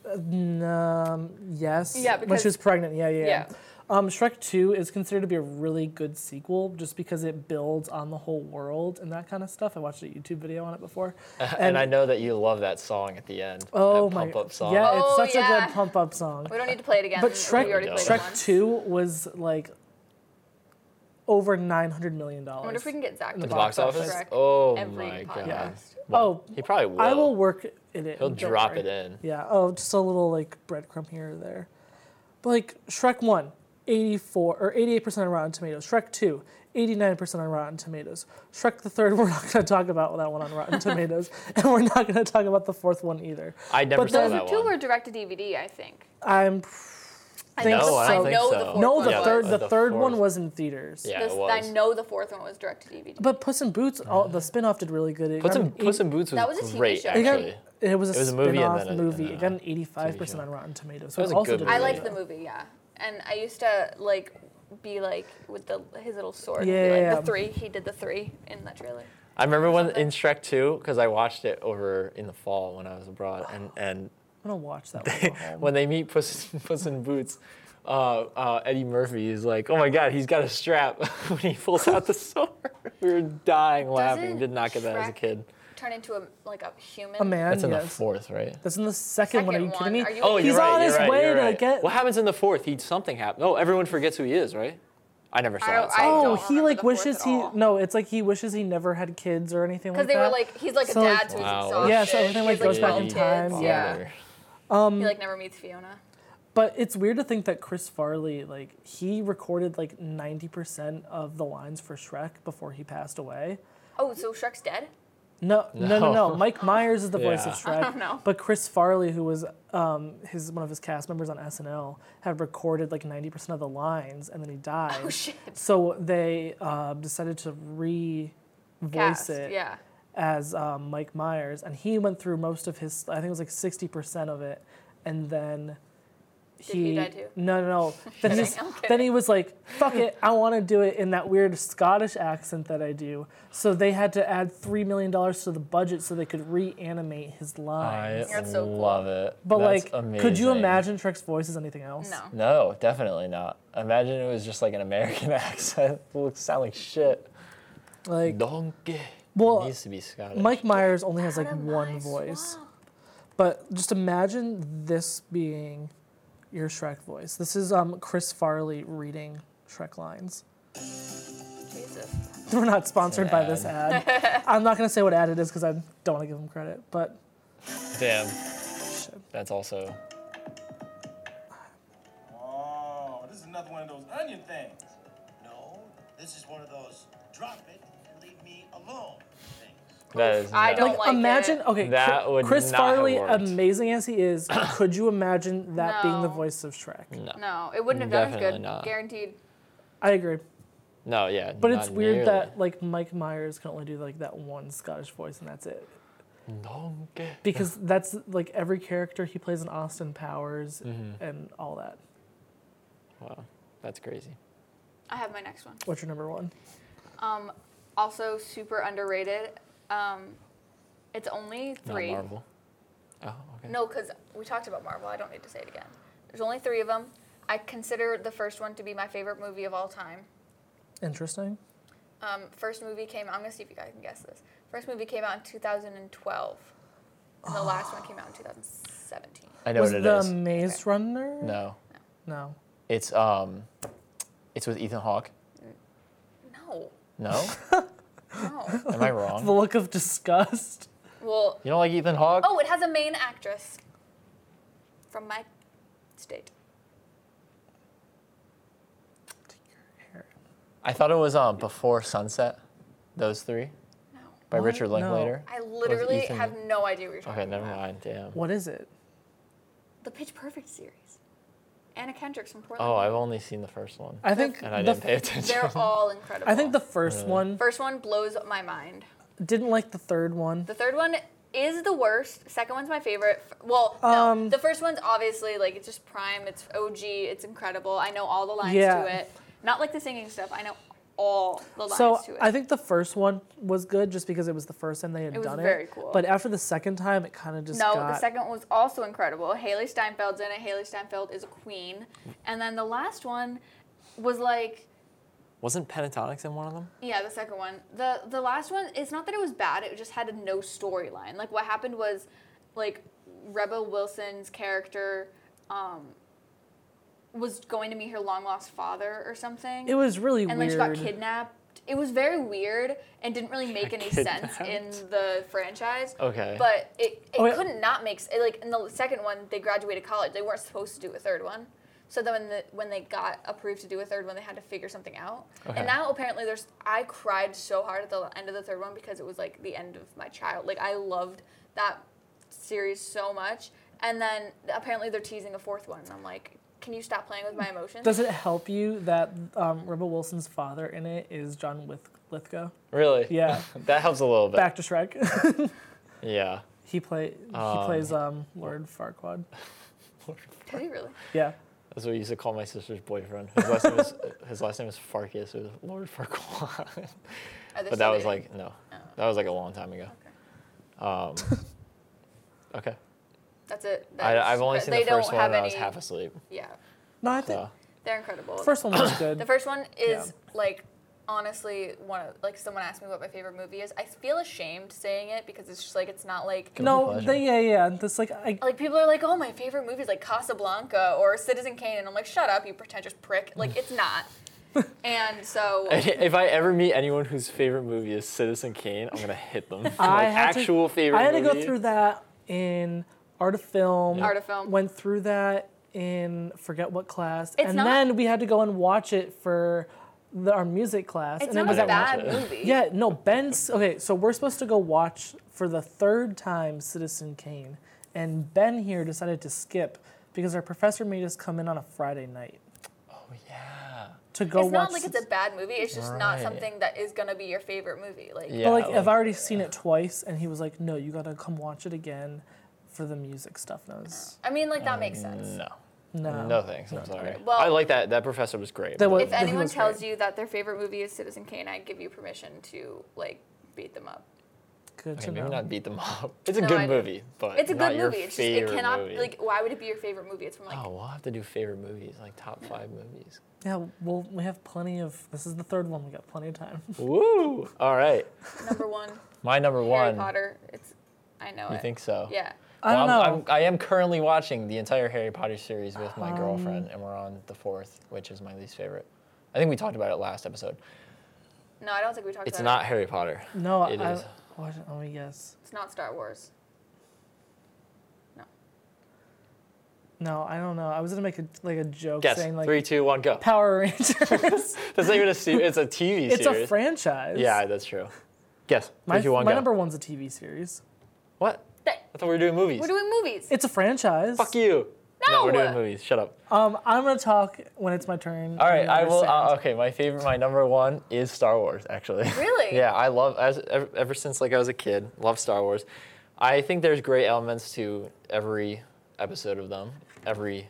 Speaker 2: uh, n- um, yes.
Speaker 3: Yeah,
Speaker 2: When
Speaker 3: because-
Speaker 2: she was pregnant, yeah, yeah. yeah.
Speaker 3: Yeah.
Speaker 2: Um, Shrek 2 is considered to be a really good sequel just because it builds on the whole world and that kind of stuff. I watched a YouTube video on it before.
Speaker 1: And, I know that you love that song at the end.
Speaker 2: Oh
Speaker 1: that
Speaker 2: my
Speaker 1: pump up song.
Speaker 2: Yeah,
Speaker 3: Oh,
Speaker 2: it's such a
Speaker 3: yeah.
Speaker 2: good pump up song.
Speaker 3: We don't need to play it again.
Speaker 2: But
Speaker 3: We
Speaker 2: Shrek,
Speaker 3: already played
Speaker 1: Shrek
Speaker 3: it once.
Speaker 2: Shrek Two was like over nine hundred million
Speaker 3: I wonder if
Speaker 2: dollars.
Speaker 3: we can get Zach to
Speaker 1: At the
Speaker 3: talk
Speaker 1: box
Speaker 3: about
Speaker 1: office.
Speaker 3: Shrek
Speaker 1: Oh
Speaker 3: every
Speaker 1: my
Speaker 3: podcast.
Speaker 1: god.
Speaker 2: Oh,
Speaker 1: He probably will.
Speaker 2: I will work it in.
Speaker 1: He'll
Speaker 2: don't
Speaker 1: drop
Speaker 2: worry.
Speaker 1: it in.
Speaker 2: Yeah. Oh, just a little like breadcrumb here or there. But like Shrek One, 84 or 88 percent on Rotten Tomatoes. Shrek Two. 89% on Rotten Tomatoes. Shrek the third, we're not going to talk about that one on Rotten Tomatoes, and we're not going to talk about the fourth one either.
Speaker 1: I never
Speaker 2: But
Speaker 1: saw
Speaker 2: those
Speaker 3: Those
Speaker 1: that
Speaker 3: are two
Speaker 1: one.
Speaker 3: were direct to DVD, I think.
Speaker 2: I'm
Speaker 3: I
Speaker 2: think
Speaker 3: know,
Speaker 2: so.
Speaker 1: no, I don't
Speaker 3: I
Speaker 1: think
Speaker 3: know
Speaker 1: so.
Speaker 3: the fourth
Speaker 2: No,
Speaker 3: one
Speaker 2: the
Speaker 3: was.
Speaker 2: third the,
Speaker 1: the
Speaker 2: third one
Speaker 1: fourth.
Speaker 2: was in theaters.
Speaker 1: Yeah,
Speaker 3: This-
Speaker 1: it
Speaker 3: I
Speaker 1: was.
Speaker 3: know the fourth one was direct to DVD.
Speaker 2: But Puss in Boots, all, the spin-off did really good. It
Speaker 1: Puss
Speaker 2: got
Speaker 1: in,
Speaker 2: an eight-
Speaker 1: Puss in Boots was,
Speaker 3: That was a TV
Speaker 1: great,
Speaker 3: show.
Speaker 2: it got-
Speaker 1: actually.
Speaker 2: It was a
Speaker 1: was a movie and
Speaker 2: spin-off
Speaker 1: then a- and
Speaker 2: movie.
Speaker 1: then
Speaker 2: It got
Speaker 1: a
Speaker 2: an 85%
Speaker 1: TV
Speaker 2: on Rotten Tomatoes.
Speaker 1: That
Speaker 2: which
Speaker 1: was a
Speaker 2: also
Speaker 1: good
Speaker 2: did
Speaker 1: movie.
Speaker 3: I
Speaker 2: really
Speaker 3: liked
Speaker 2: well.
Speaker 3: the movie, yeah. And I used to like be like with the his little sword. and be
Speaker 2: Yeah,
Speaker 3: like,
Speaker 2: yeah, yeah.
Speaker 3: The three. He did the three in that trailer.
Speaker 1: I remember when in
Speaker 3: something.
Speaker 1: Shrek 2, because I watched it over in the fall when I was abroad, and, and
Speaker 2: I'm gonna watch that one. at home.
Speaker 1: when they meet Puss, Puss in Boots, uh, uh, Eddie Murphy is like, "Oh my God, he's got a strap when he pulls out the sword." we were dying laughing.
Speaker 3: Doesn't
Speaker 1: Did not get that as a
Speaker 3: Shrek
Speaker 1: kid.
Speaker 3: Turn into a like a human.
Speaker 2: a man.
Speaker 1: That's in the
Speaker 2: yes.
Speaker 1: fourth, right?
Speaker 2: That's in the second, one. Are you
Speaker 3: Second
Speaker 2: kidding
Speaker 3: one.
Speaker 2: me?
Speaker 3: Are you-
Speaker 1: Oh,
Speaker 2: He's
Speaker 1: you're right.
Speaker 2: on
Speaker 1: you're
Speaker 2: his
Speaker 1: right,
Speaker 2: way
Speaker 1: you're
Speaker 2: to
Speaker 1: right.
Speaker 2: get-
Speaker 1: What happens in the fourth? He something happens. No, everyone forgets who he is, right? I never saw
Speaker 3: I
Speaker 1: that.
Speaker 3: don't-
Speaker 1: so
Speaker 3: I
Speaker 1: don't
Speaker 2: oh,
Speaker 1: know.
Speaker 3: don't
Speaker 2: he
Speaker 3: remember
Speaker 2: like
Speaker 3: the fourth
Speaker 2: wishes
Speaker 3: at
Speaker 2: he
Speaker 3: all.
Speaker 2: no. It's like he wishes he never had kids or anything like
Speaker 3: Because
Speaker 2: that.
Speaker 3: they were like, he's like a
Speaker 2: So, like-
Speaker 3: dad to his
Speaker 1: Wow.
Speaker 3: son.
Speaker 1: Yeah,
Speaker 2: so everything, like,
Speaker 3: He has,
Speaker 2: goes back in
Speaker 3: 12
Speaker 2: time,
Speaker 3: kids,
Speaker 2: yeah. Um,
Speaker 3: He like never meets Fiona.
Speaker 2: But it's weird to think that Chris Farley, like, he recorded like 90% of the lines for Shrek before he passed away.
Speaker 3: Oh, so Shrek's dead?
Speaker 2: No, no, no, no.
Speaker 1: No.
Speaker 2: Mike Myers is the voice of
Speaker 1: Yeah.
Speaker 2: Shrek.
Speaker 3: know.
Speaker 2: But Chris Farley, who was um, his one of his cast members on SNL, had recorded like 90% of the lines and then he died.
Speaker 3: Oh shit.
Speaker 2: So they uh, decided to re voice
Speaker 3: Cast.
Speaker 2: it
Speaker 3: Yeah.
Speaker 2: as um, Mike Myers, and he went through most of his. I think it was like sixty percent of it, and then
Speaker 3: Did he die too?
Speaker 2: No, no, no. Then he's
Speaker 3: I'm kidding.
Speaker 2: then he was like, "Fuck it, I want to do it in that weird Scottish accent that I do." So they had to add three million dollars to the budget so they could reanimate his
Speaker 1: I
Speaker 2: lines.
Speaker 3: That's so cool.
Speaker 1: love it.
Speaker 2: but
Speaker 1: That's
Speaker 2: like, could you
Speaker 1: amazing.
Speaker 2: imagine Shrek's voice as anything else?
Speaker 3: No.
Speaker 1: No, definitely not. Imagine it was just like an American accent. It would sound like shit.
Speaker 2: Like
Speaker 1: Donkey.
Speaker 2: Well,
Speaker 1: it needs to be Scottish.
Speaker 2: Mike Myers only has like
Speaker 3: Out of
Speaker 2: one
Speaker 3: my
Speaker 2: voice.
Speaker 3: swamp.
Speaker 2: But just imagine this being your Shrek voice. This is um, Chris Farley reading Shrek lines.
Speaker 3: Jesus.
Speaker 2: We're not sponsored by
Speaker 1: ad.
Speaker 2: this ad. I'm not going to say what ad it is because I don't want to give them credit. But
Speaker 1: Damn. That's also.
Speaker 5: Oh, this is another one of those onion things. No, this is one of those drop it and leave me alone things.
Speaker 1: That is.
Speaker 3: I
Speaker 1: nuts.
Speaker 3: don't like
Speaker 2: imagine,
Speaker 3: it.
Speaker 2: okay,
Speaker 1: That
Speaker 2: Chri-
Speaker 1: would
Speaker 2: Chris
Speaker 1: not have
Speaker 2: Farley,
Speaker 1: worked.
Speaker 2: amazing as he is, could you imagine that being the
Speaker 3: No.
Speaker 2: voice of Shrek?
Speaker 3: No, it wouldn't have done as
Speaker 1: Definitely
Speaker 3: good.
Speaker 1: not.
Speaker 3: Guaranteed.
Speaker 2: I agree.
Speaker 1: No, yeah.
Speaker 2: But it's weird that like Mike Myers can only do like that one Scottish voice and that's it.
Speaker 1: Donkey.
Speaker 2: because that's like every character he plays in Austin Powers
Speaker 1: Mm-hmm.
Speaker 2: and all that.
Speaker 1: Wow, that's crazy.
Speaker 3: I have my next one.
Speaker 2: What's your number one?
Speaker 3: Um, also super underrated. Um, it's only three.
Speaker 1: Not Marvel. Oh, okay.
Speaker 3: No, because we talked about Marvel. I don't need to say it again. There's only three of them. I consider the first one to be my favorite movie of all time.
Speaker 2: Interesting.
Speaker 3: Um, first movie came. I'm gonna see if you guys can guess this. First movie came out in 2012, and the last one came out in 2017.
Speaker 1: I know
Speaker 2: Was
Speaker 1: what it
Speaker 2: the
Speaker 1: is.
Speaker 2: Maze Runner?
Speaker 1: no,
Speaker 2: No.
Speaker 1: it's um, it's with Ethan Hawke.
Speaker 3: No,
Speaker 1: No,
Speaker 3: no.
Speaker 1: am I
Speaker 2: The
Speaker 1: wrong?
Speaker 2: look of disgust.
Speaker 3: well,
Speaker 1: You don't like Ethan Hawke?
Speaker 3: oh, it has a main actress from my state.
Speaker 1: I thought it was um Before Sunset. Those three
Speaker 3: No,
Speaker 1: by
Speaker 2: What?
Speaker 1: Richard
Speaker 2: No.
Speaker 1: Linklater.
Speaker 3: I literally
Speaker 1: Ethan-
Speaker 3: have no idea what you're talking
Speaker 1: Okay, never
Speaker 3: about.
Speaker 1: mind. Damn.
Speaker 2: What is it?
Speaker 3: The Pitch Perfect series. Anna Kendrick's from Portland.
Speaker 1: Oh, I've only seen the first one,
Speaker 2: I think
Speaker 1: and I
Speaker 2: the
Speaker 1: didn't pay attention.
Speaker 3: They're all incredible.
Speaker 2: I think the first one
Speaker 3: first one blows my mind.
Speaker 2: didn't like the third one.
Speaker 3: The third one is the worst. Second one's my favorite. F- Well, no,
Speaker 2: Um,
Speaker 3: the first one's obviously like it's just prime. It's OG. It's incredible. I know all the lines
Speaker 2: Yeah.
Speaker 3: to it. Not like the singing stuff. I know all the lines
Speaker 2: So
Speaker 3: to it.
Speaker 2: I think the first one was good just because it was the first time they had
Speaker 3: It was
Speaker 2: done
Speaker 3: very
Speaker 2: it.
Speaker 3: cool.
Speaker 2: But after the second time, it kind of just
Speaker 3: no,
Speaker 2: got
Speaker 3: the second one was also incredible. Haley Steinfeld's in it. Haley Steinfeld is a queen. And then the last one was like
Speaker 1: Wasn't Pentatonics in one of them?
Speaker 3: Yeah, the second one. The the last one, it's not that it was bad, it just had a no storyline. Like what happened was like Rebel Wilson's character um, was going to meet her long lost father or something.
Speaker 2: it was really
Speaker 3: and then
Speaker 2: weird.
Speaker 3: she got kidnapped. It was very weird and didn't really make any sense in
Speaker 1: kidnapped?
Speaker 3: the franchise.
Speaker 1: Okay.
Speaker 3: But it, it
Speaker 2: Oh, yeah.
Speaker 3: couldn't not make s- it, like in the second one they graduated college. They weren't supposed to do a third one. So then when the, when they got approved to do a third one, they had to figure something out.
Speaker 1: Okay.
Speaker 3: And now apparently there's I cried so hard at the end of the third one because it was like the end of my child. Like I loved that series so much. And then apparently they're teasing a fourth one and I'm like Can you stop playing with my emotions?
Speaker 2: Does it help you that um, Rebel Wilson's father in it is John With- Lithgow?
Speaker 1: Really?
Speaker 2: Yeah.
Speaker 1: that helps a little bit.
Speaker 2: Back to Shrek.
Speaker 1: Yeah.
Speaker 2: he play he plays um, Lord Farquaad.
Speaker 3: Did you really?
Speaker 2: Yeah.
Speaker 1: That's what we used to call my sister's boyfriend. His last name is his last name is Farkas. It was Lord Farquaad.
Speaker 3: Are they
Speaker 1: but that
Speaker 3: still
Speaker 1: was
Speaker 3: dating?
Speaker 1: like no, that was like a long time ago. Um, okay.
Speaker 3: That's it.
Speaker 1: I,
Speaker 3: That's-
Speaker 1: I've only
Speaker 3: but
Speaker 1: seen
Speaker 3: they
Speaker 1: the first
Speaker 3: don't
Speaker 1: one
Speaker 3: have
Speaker 1: and I was
Speaker 3: any-
Speaker 1: half asleep.
Speaker 3: Yeah,
Speaker 2: No, I think
Speaker 1: So
Speaker 3: they're incredible.
Speaker 2: the first one was
Speaker 3: the
Speaker 2: good.
Speaker 3: first one is
Speaker 2: Yeah.
Speaker 3: like honestly one of like someone asked me what my favorite movie is. I feel ashamed saying it because it's just like it's not like
Speaker 1: Guilty
Speaker 2: No,
Speaker 1: pleasure.
Speaker 2: they, yeah, yeah. That's like I.
Speaker 3: like people are like, oh, my favorite movie is like Casablanca or Citizen Kane, and I'm like, shut up, you pretentious prick. Like it's not. and so
Speaker 1: if I ever meet anyone whose favorite movie is Citizen Kane, I'm gonna hit them. like
Speaker 2: I had to-
Speaker 1: actual favorite.
Speaker 2: I had to
Speaker 1: movie.
Speaker 2: go through that in art of film.
Speaker 3: Art of Film.
Speaker 2: Went through that in forget what class,
Speaker 3: It's
Speaker 2: and
Speaker 3: not-
Speaker 2: then we had to go and watch it for the, our music class.
Speaker 3: it's
Speaker 2: and it
Speaker 3: not
Speaker 2: was
Speaker 3: a
Speaker 1: that
Speaker 2: at
Speaker 3: bad
Speaker 1: watch it.
Speaker 3: movie.
Speaker 2: Yeah, no, Ben's okay, so we're supposed to go watch for the third time Citizen Kane, and Ben here decided to skip because our professor made us come in on a Friday night
Speaker 1: Oh, yeah.
Speaker 2: to go
Speaker 3: It's
Speaker 2: watch.
Speaker 3: not like it's a bad movie. It's just not
Speaker 1: Right.
Speaker 3: something that is gonna be your favorite movie. Like
Speaker 1: Yeah.
Speaker 2: but like, I've
Speaker 1: like-
Speaker 2: already seen it twice, and he was like, "No, you gotta come watch it again for the music stuff." And I was,
Speaker 3: I mean, like that makes sense.
Speaker 1: No.
Speaker 2: no,
Speaker 1: No thanks. I'm sorry.
Speaker 3: Well-
Speaker 1: I like that. That professor was great.
Speaker 2: Oh. That
Speaker 1: but-
Speaker 2: was-
Speaker 3: If
Speaker 2: But he
Speaker 3: anyone
Speaker 2: was
Speaker 3: tells
Speaker 2: great.
Speaker 3: you that their favorite movie is Citizen Kane, I give you permission to like beat them up.
Speaker 2: good
Speaker 1: Okay,
Speaker 2: to
Speaker 1: maybe
Speaker 2: know.
Speaker 1: not beat them up. It's a
Speaker 3: No, I
Speaker 1: good
Speaker 3: know.
Speaker 1: movie, but
Speaker 3: It's a
Speaker 1: not
Speaker 3: good
Speaker 1: your
Speaker 3: movie. It's just it
Speaker 1: favorite
Speaker 3: cannot
Speaker 1: movie.
Speaker 3: like why would it be your favorite movie? It's from like
Speaker 1: oh, we'll have to do favorite movies, like top five movies.
Speaker 2: Yeah, well, we have plenty of. This is the third one. We got plenty of time.
Speaker 1: Woo! All right,
Speaker 3: number one,
Speaker 1: my Oh. number
Speaker 3: Harry
Speaker 1: one.
Speaker 3: Potter. It's I know
Speaker 1: You
Speaker 3: it.
Speaker 1: think so?
Speaker 3: Yeah.
Speaker 2: I don't
Speaker 1: Well, I'm,
Speaker 2: know.
Speaker 1: I'm, I am currently watching the entire Harry Potter series with
Speaker 3: Um,
Speaker 1: my girlfriend, and we're on the fourth, which is my least favorite. I think we talked about it last episode.
Speaker 3: No, I don't think we talked
Speaker 1: It's
Speaker 3: about
Speaker 1: not Harry Potter.
Speaker 2: no,
Speaker 1: it
Speaker 2: I.
Speaker 1: is.
Speaker 2: What, oh yes.
Speaker 3: it. It's not Star Wars. No.
Speaker 2: No, I don't know. I was gonna make a, like a joke
Speaker 1: Guess
Speaker 2: saying like
Speaker 1: three, two, one, go.
Speaker 2: Power Rangers.
Speaker 1: That's not even a series. It's a TV
Speaker 2: it's
Speaker 1: series.
Speaker 2: a franchise.
Speaker 1: Yeah, that's true. Guess
Speaker 2: My,
Speaker 1: three, two, one,
Speaker 2: my
Speaker 1: go.
Speaker 2: number one's a TV series.
Speaker 1: what?
Speaker 3: That-
Speaker 1: I thought we were doing movies.
Speaker 3: we're doing movies.
Speaker 2: It's a franchise.
Speaker 1: Fuck you.
Speaker 3: No!
Speaker 1: we're doing movies. Shut up.
Speaker 2: Um, I'm gonna talk when it's my turn.
Speaker 1: All right,
Speaker 2: You
Speaker 1: I will.
Speaker 2: understand.
Speaker 1: Uh, okay, my favorite, my number one is Star Wars. Actually,
Speaker 3: Really?
Speaker 1: yeah, I love as ever, ever since like I was a kid. Love Star Wars. I think there's great elements to every episode of them, every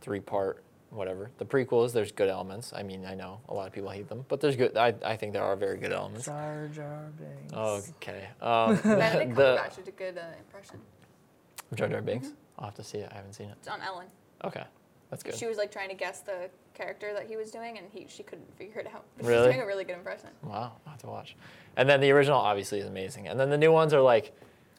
Speaker 1: three part whatever. The prequels, there's good elements. I mean, I know a lot of people hate them, but there's good. I, I think there are very good elements.
Speaker 2: Jar Jar Binks.
Speaker 1: Oh, Okay. Um,
Speaker 3: Benedict
Speaker 1: the
Speaker 3: Cumberbatch Mm-hmm. did a good uh, impression.
Speaker 1: Jar Jar Binks. I'll have to see it. I haven't seen it.
Speaker 3: It's on Ellen.
Speaker 1: Okay, that's good.
Speaker 3: She was like trying to guess the character that he was doing, and he she couldn't figure it out. But
Speaker 1: Really?
Speaker 3: She's doing a really good impression.
Speaker 1: Wow, I will have to watch. And then the original obviously is amazing, and then the new ones are like.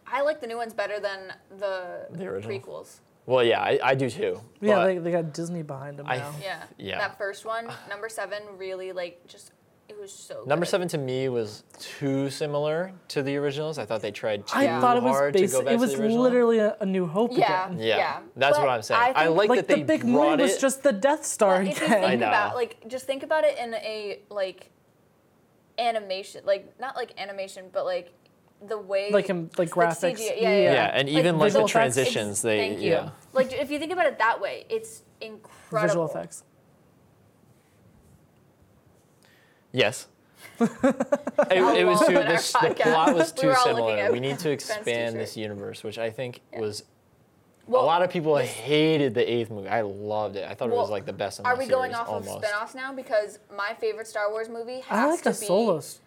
Speaker 3: I like the new ones better than the,
Speaker 1: The original.
Speaker 3: prequels.
Speaker 1: Well, yeah, I, I do too.
Speaker 2: Yeah,
Speaker 1: but-
Speaker 2: they, they got Disney behind them
Speaker 1: I-
Speaker 2: now.
Speaker 3: Yeah.
Speaker 1: Yeah.
Speaker 3: That first one, number seven, really like just it was so.
Speaker 1: Number
Speaker 3: good.
Speaker 1: seven to me was too similar to the originals. I thought they tried too
Speaker 2: I thought it was
Speaker 1: hard to go
Speaker 2: basic.
Speaker 1: back
Speaker 2: It was
Speaker 1: to the original.
Speaker 2: literally a, a New Hope
Speaker 3: Yeah.
Speaker 2: again.
Speaker 1: yeah,
Speaker 3: yeah.
Speaker 1: that's
Speaker 3: But
Speaker 1: what I'm saying.
Speaker 3: I
Speaker 1: I,
Speaker 3: think-
Speaker 1: like,
Speaker 2: Like
Speaker 1: that
Speaker 2: the
Speaker 1: they
Speaker 2: big
Speaker 1: brought
Speaker 2: movie was
Speaker 1: it-
Speaker 2: just the Death Star
Speaker 3: If you
Speaker 1: I
Speaker 3: think
Speaker 2: again.
Speaker 1: know.
Speaker 3: about like just think about it in a like animation, like not like animation, but like the way
Speaker 2: Like in- like
Speaker 3: it's the
Speaker 2: graphics.
Speaker 3: CGI, yeah, yeah,
Speaker 2: Yeah,
Speaker 1: yeah, and even like,
Speaker 2: visual
Speaker 1: the
Speaker 2: effects.
Speaker 1: transitions, they
Speaker 3: Thank you.
Speaker 1: yeah.
Speaker 3: Like if you think about it that way, it's incredible.
Speaker 2: Visual effects.
Speaker 1: Yes. it, it was
Speaker 3: long
Speaker 1: too.
Speaker 3: did our
Speaker 1: This, the
Speaker 3: podcast-
Speaker 1: plot was
Speaker 3: we
Speaker 1: too
Speaker 3: were all looking
Speaker 1: similar.
Speaker 3: at
Speaker 1: We need to
Speaker 3: Ben's
Speaker 1: expand
Speaker 3: t-shirt.
Speaker 1: this universe, which I think
Speaker 3: Yeah.
Speaker 1: was.
Speaker 3: Well,
Speaker 1: a lot of people hated the eighth movie. I loved it. I thought it was
Speaker 3: well,
Speaker 1: like the best in
Speaker 3: Are
Speaker 1: the
Speaker 3: we
Speaker 1: series.
Speaker 3: going off
Speaker 1: almost.
Speaker 3: of spin-offs now? Because my favorite Star Wars movie has
Speaker 2: I like the
Speaker 3: to be
Speaker 2: solos.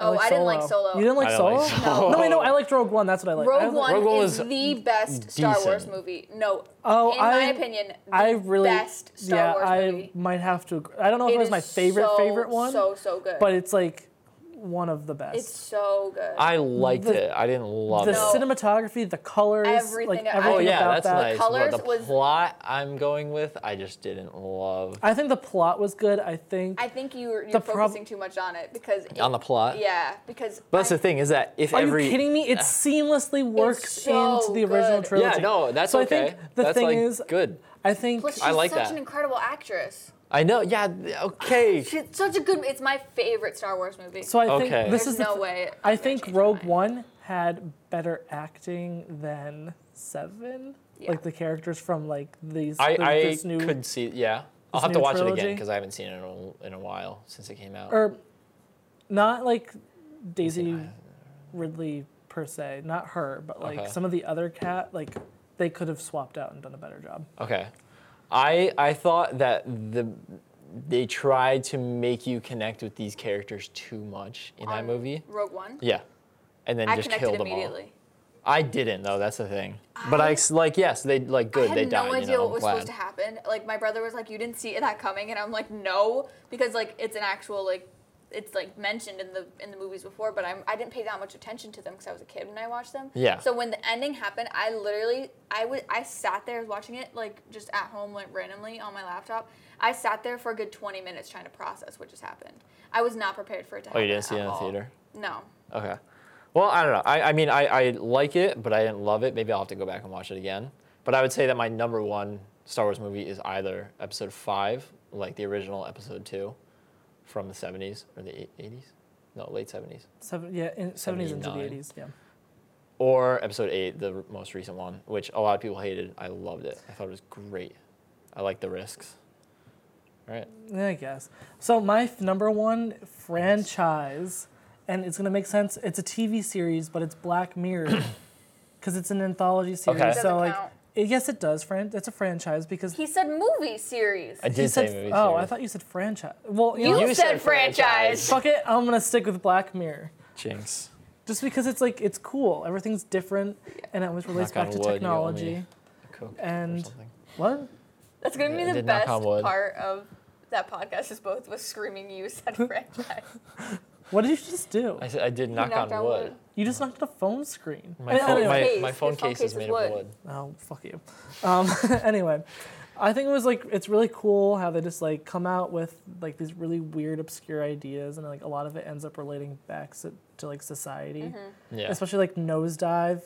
Speaker 3: Oh, I didn't like Solo.
Speaker 2: You didn't like
Speaker 1: I
Speaker 2: Solo?
Speaker 1: don't like Solo.
Speaker 2: No, wait, no, I liked Rogue One. That's what I liked. I
Speaker 3: Rogue
Speaker 2: li-
Speaker 3: One
Speaker 1: Rogue One
Speaker 3: is
Speaker 1: was
Speaker 3: the best Star Wars
Speaker 1: decent.
Speaker 3: movie. No,
Speaker 2: Oh,
Speaker 3: in my
Speaker 2: I-
Speaker 3: opinion, the
Speaker 2: I really,
Speaker 3: best Star
Speaker 2: yeah,
Speaker 3: Wars
Speaker 2: I
Speaker 3: movie.
Speaker 2: might have to. Agree. I don't know if it was
Speaker 3: is
Speaker 2: my favorite
Speaker 3: so,
Speaker 2: favorite one,
Speaker 3: So so good.
Speaker 2: but it's like one of the best.
Speaker 3: it's so good.
Speaker 1: I liked
Speaker 2: The-
Speaker 1: it. I didn't love
Speaker 2: the
Speaker 1: it.
Speaker 3: No.
Speaker 2: cinematography, the colors,
Speaker 3: Everything
Speaker 2: like
Speaker 3: about-
Speaker 2: everything
Speaker 1: Oh yeah,
Speaker 2: about
Speaker 1: that's
Speaker 2: that.
Speaker 1: nice.
Speaker 3: Colors
Speaker 1: but the
Speaker 3: was-
Speaker 1: plot I'm going with, I just didn't love.
Speaker 2: I think the plot was good. I think.
Speaker 3: I think you're, you're
Speaker 2: The prob-
Speaker 3: focusing too much on it because it-
Speaker 1: On the plot?
Speaker 3: Yeah, because
Speaker 1: But that's
Speaker 3: I-
Speaker 1: the thing is that if
Speaker 2: are
Speaker 1: every
Speaker 2: you kidding me? It seamlessly works
Speaker 3: so
Speaker 2: into the original
Speaker 3: good.
Speaker 2: trilogy.
Speaker 1: yeah, no, that's
Speaker 2: so
Speaker 1: okay.
Speaker 2: I think the
Speaker 1: that's
Speaker 2: thing
Speaker 1: like
Speaker 2: is,
Speaker 1: good.
Speaker 2: I think
Speaker 3: Plus, she's
Speaker 1: I like
Speaker 3: such
Speaker 1: that.
Speaker 3: an incredible actress.
Speaker 1: I know. Yeah. th- Okay.
Speaker 3: She's such a good. It's my favorite Star Wars movie.
Speaker 2: So I think
Speaker 1: Okay.
Speaker 2: this
Speaker 3: There's
Speaker 2: is the
Speaker 3: no
Speaker 2: th-
Speaker 3: way I'm
Speaker 2: I
Speaker 3: gonna
Speaker 2: think
Speaker 3: change my
Speaker 2: Rogue
Speaker 3: mind.
Speaker 2: One had better acting than Seven.
Speaker 3: Yeah.
Speaker 2: like the characters from like these
Speaker 1: I,
Speaker 2: the-
Speaker 1: I
Speaker 2: this new
Speaker 1: could see. Yeah, I'll have to
Speaker 2: new
Speaker 1: watch it again
Speaker 2: trilogy? Er
Speaker 1: because I haven't seen it in a, in a while since it came out.
Speaker 2: or not like Daisy
Speaker 1: I-
Speaker 2: Ridley per se, not her, but like
Speaker 1: Okay.
Speaker 2: some of the other cat like they could have swapped out and done a better job.
Speaker 1: Okay. I I thought that the they tried to make you connect with these characters too much in that
Speaker 3: On
Speaker 1: movie.
Speaker 3: Rogue One.
Speaker 1: Yeah. And then
Speaker 3: Um, I
Speaker 1: just
Speaker 3: connected
Speaker 1: killed them all.
Speaker 3: immediately.
Speaker 1: I didnn't though, that's the thing. but I s- like yes, they like good,
Speaker 3: I had
Speaker 1: they
Speaker 3: no
Speaker 1: died,
Speaker 3: idea
Speaker 1: you know.
Speaker 3: what
Speaker 1: I'm
Speaker 3: was
Speaker 1: glad.
Speaker 3: supposed to happen. Like my brother was like, "You didn't see that coming," and I'm like, "No," because like it's an actual like it's like mentioned in the in the movies before, but I'm I didn't pay that much attention to them because I was a kid when I watched them.
Speaker 1: Yeah.
Speaker 3: So when the ending happened, I literally I would I sat there watching it like just at home like randomly on my laptop. I sat there for a good 20 minutes trying to process what just happened. I was not prepared for it to
Speaker 1: Oh,
Speaker 3: happen.
Speaker 1: you didn't see it
Speaker 3: at
Speaker 1: in the
Speaker 3: all.
Speaker 1: theater?
Speaker 3: No.
Speaker 1: Okay. Well, I don't know. I, I mean, I, I like it, but I didn't love it. Maybe I'll have to go back and watch it again. But I would say that my number one Star Wars movie is either Episode 5, like the original Episode 2 from the 70s or the eight- 80s? No, late 70s.
Speaker 2: Seven, yeah, in, 70s into the
Speaker 1: 79.
Speaker 2: 80s, yeah.
Speaker 1: Or Episode 8, the r- most recent one, which a lot of people hated. I loved it. I thought it was great. I like the risks. All right.
Speaker 2: Yeah, I guess. So my f- number one franchise, and it's gonna make sense. It's a TV series, but it's Black Mirror, because it's an anthology series.
Speaker 1: Okay.
Speaker 2: So
Speaker 3: Doesn't
Speaker 2: like,
Speaker 3: count.
Speaker 2: it, yes, it does. Fran- it's a franchise because
Speaker 3: He said movie series.
Speaker 1: I did
Speaker 2: he
Speaker 1: say
Speaker 2: said.
Speaker 1: movie
Speaker 2: oh, I
Speaker 1: series.
Speaker 2: thought you said franchise. Well, you,
Speaker 3: you,
Speaker 2: know,
Speaker 1: You
Speaker 3: said,
Speaker 1: said
Speaker 3: franchise.
Speaker 2: fuck it. I'm gonna stick with Black Mirror,
Speaker 1: Jinx.
Speaker 2: just because it's like it's cool. Everything's different, and it always relates
Speaker 1: Knock on
Speaker 2: back to
Speaker 1: wood, you got me
Speaker 2: technology.
Speaker 1: a Coke or
Speaker 2: And
Speaker 1: something.
Speaker 2: what?
Speaker 3: That's gonna
Speaker 1: I
Speaker 3: be the
Speaker 1: did knock
Speaker 3: best
Speaker 1: on wood.
Speaker 3: part of that podcast. Is both was screaming you said franchise.
Speaker 2: What did you just do?
Speaker 1: I, said I did knock on
Speaker 3: knocked
Speaker 1: wood.
Speaker 3: on wood.
Speaker 2: You just knocked at a phone screen.
Speaker 1: My,
Speaker 2: And
Speaker 1: phone,
Speaker 2: anyway-
Speaker 1: my,
Speaker 3: Case.
Speaker 1: my
Speaker 3: His
Speaker 1: phone, case, is made of wood.
Speaker 2: Oh, fuck you. Um, anyway, I think it was like it's really cool how they just like come out with like these really weird, obscure ideas, and like a lot of it ends up relating back to, to like society,
Speaker 1: Yeah.
Speaker 2: especially like nosedive,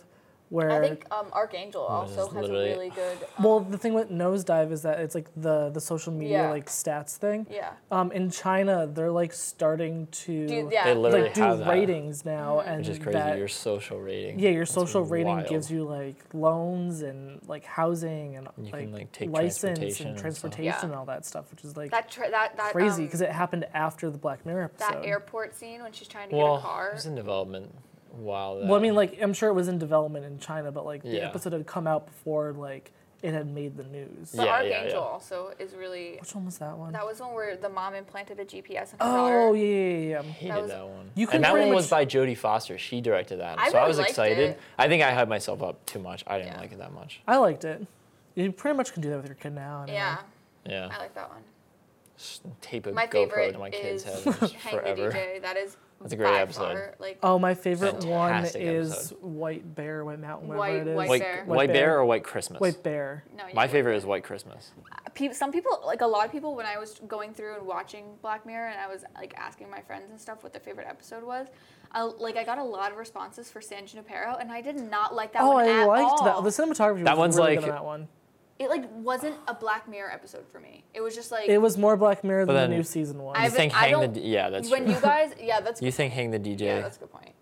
Speaker 2: where
Speaker 3: Mm-hmm. I think um, Archangel
Speaker 1: is
Speaker 3: also has a
Speaker 1: literally-
Speaker 3: really good. um,
Speaker 2: well the thing with nosedive is that it's like the the social media
Speaker 3: Yeah.
Speaker 2: like stats thing.
Speaker 3: yeah.
Speaker 2: Um, in China, they're like starting to
Speaker 3: Dude, yeah.
Speaker 1: They literally
Speaker 2: like do
Speaker 1: have that,
Speaker 2: ratings now,
Speaker 3: Mm-hmm.
Speaker 2: and
Speaker 1: which is crazy.
Speaker 2: that-
Speaker 1: your social rating.
Speaker 2: Yeah, your
Speaker 1: That's
Speaker 2: social rating gives
Speaker 1: wild.
Speaker 2: you like loans and like housing and
Speaker 1: You
Speaker 2: like,
Speaker 1: can, like, take
Speaker 2: license
Speaker 1: transportation
Speaker 2: and
Speaker 1: and stuff.
Speaker 2: transportation
Speaker 3: Yeah.
Speaker 2: and all that stuff, which is like
Speaker 3: That tra- that that
Speaker 2: crazy
Speaker 3: um,
Speaker 2: because it happened after the Black Mirror
Speaker 3: that
Speaker 2: episode.
Speaker 3: airport scene when she's trying to
Speaker 1: Well,
Speaker 3: get a car.
Speaker 1: it was in development. Wow.
Speaker 2: well, I mean, like I'm sure it was in development in China, but like the
Speaker 1: Yeah.
Speaker 2: episode had come out before like it had made the news.
Speaker 1: Yeah,
Speaker 3: but
Speaker 1: yeah,
Speaker 3: Archangel
Speaker 1: yeah.
Speaker 3: also is really.
Speaker 2: Which one was that one?
Speaker 3: That was one where the mom implanted a GPS in her
Speaker 2: oh
Speaker 3: daughter.
Speaker 2: yeah, yeah, yeah, yeah.
Speaker 1: hated
Speaker 3: that
Speaker 1: that,
Speaker 3: was-
Speaker 1: one.
Speaker 2: You can
Speaker 1: and that
Speaker 2: pretty
Speaker 1: one was by
Speaker 2: much-
Speaker 1: Jodie Foster. She directed that.
Speaker 3: I
Speaker 1: so I
Speaker 3: really
Speaker 1: was
Speaker 3: liked
Speaker 1: excited.
Speaker 3: it.
Speaker 1: I think I hyped myself up too much. I didn't
Speaker 3: Yeah.
Speaker 1: like it that much.
Speaker 2: I liked it. You pretty much can do that with your kid now. Anyway.
Speaker 3: Yeah,
Speaker 1: Yeah.
Speaker 3: I like that one.
Speaker 1: Just tape a
Speaker 3: Uh, My
Speaker 1: GoPro
Speaker 3: favorite
Speaker 1: to my kid's
Speaker 3: is
Speaker 1: head just
Speaker 3: Hang the
Speaker 1: forever.
Speaker 3: DJ. That is.
Speaker 1: That's a great
Speaker 3: by
Speaker 1: episode.
Speaker 3: Far, like
Speaker 2: Oh, my favorite
Speaker 1: Fantastic
Speaker 2: one is
Speaker 1: episode.
Speaker 2: White Bear, White Mountain, whatever
Speaker 3: White-
Speaker 2: it is.
Speaker 3: White
Speaker 1: White,
Speaker 3: Bear.
Speaker 1: White, Bear. or White Christmas?
Speaker 2: White Bear.
Speaker 3: no, you
Speaker 1: my
Speaker 3: know,
Speaker 1: favorite is White Christmas.
Speaker 3: peop some people like a lot of people when i was going through and watching black mirror and i was like asking my friends and stuff what their favorite episode was I, like i got a lot of responses for san junipero and i did not like that
Speaker 2: Oh,
Speaker 3: one
Speaker 2: I
Speaker 3: at
Speaker 2: liked
Speaker 3: all
Speaker 2: that. The cinematography
Speaker 1: That
Speaker 2: was
Speaker 1: one's
Speaker 2: really
Speaker 1: like-
Speaker 2: good on that one.
Speaker 3: it like wasn't a black mirror episode for me it was just like
Speaker 2: It was more Black Mirror than
Speaker 1: then-
Speaker 2: the new season one.
Speaker 1: You
Speaker 3: I've-
Speaker 1: think
Speaker 3: I
Speaker 1: Hang the
Speaker 3: don't-
Speaker 1: D- yeah, that's
Speaker 3: when
Speaker 1: true.
Speaker 3: you guys yeah that's
Speaker 1: You think Hang the DJ?
Speaker 3: yeah that's a good point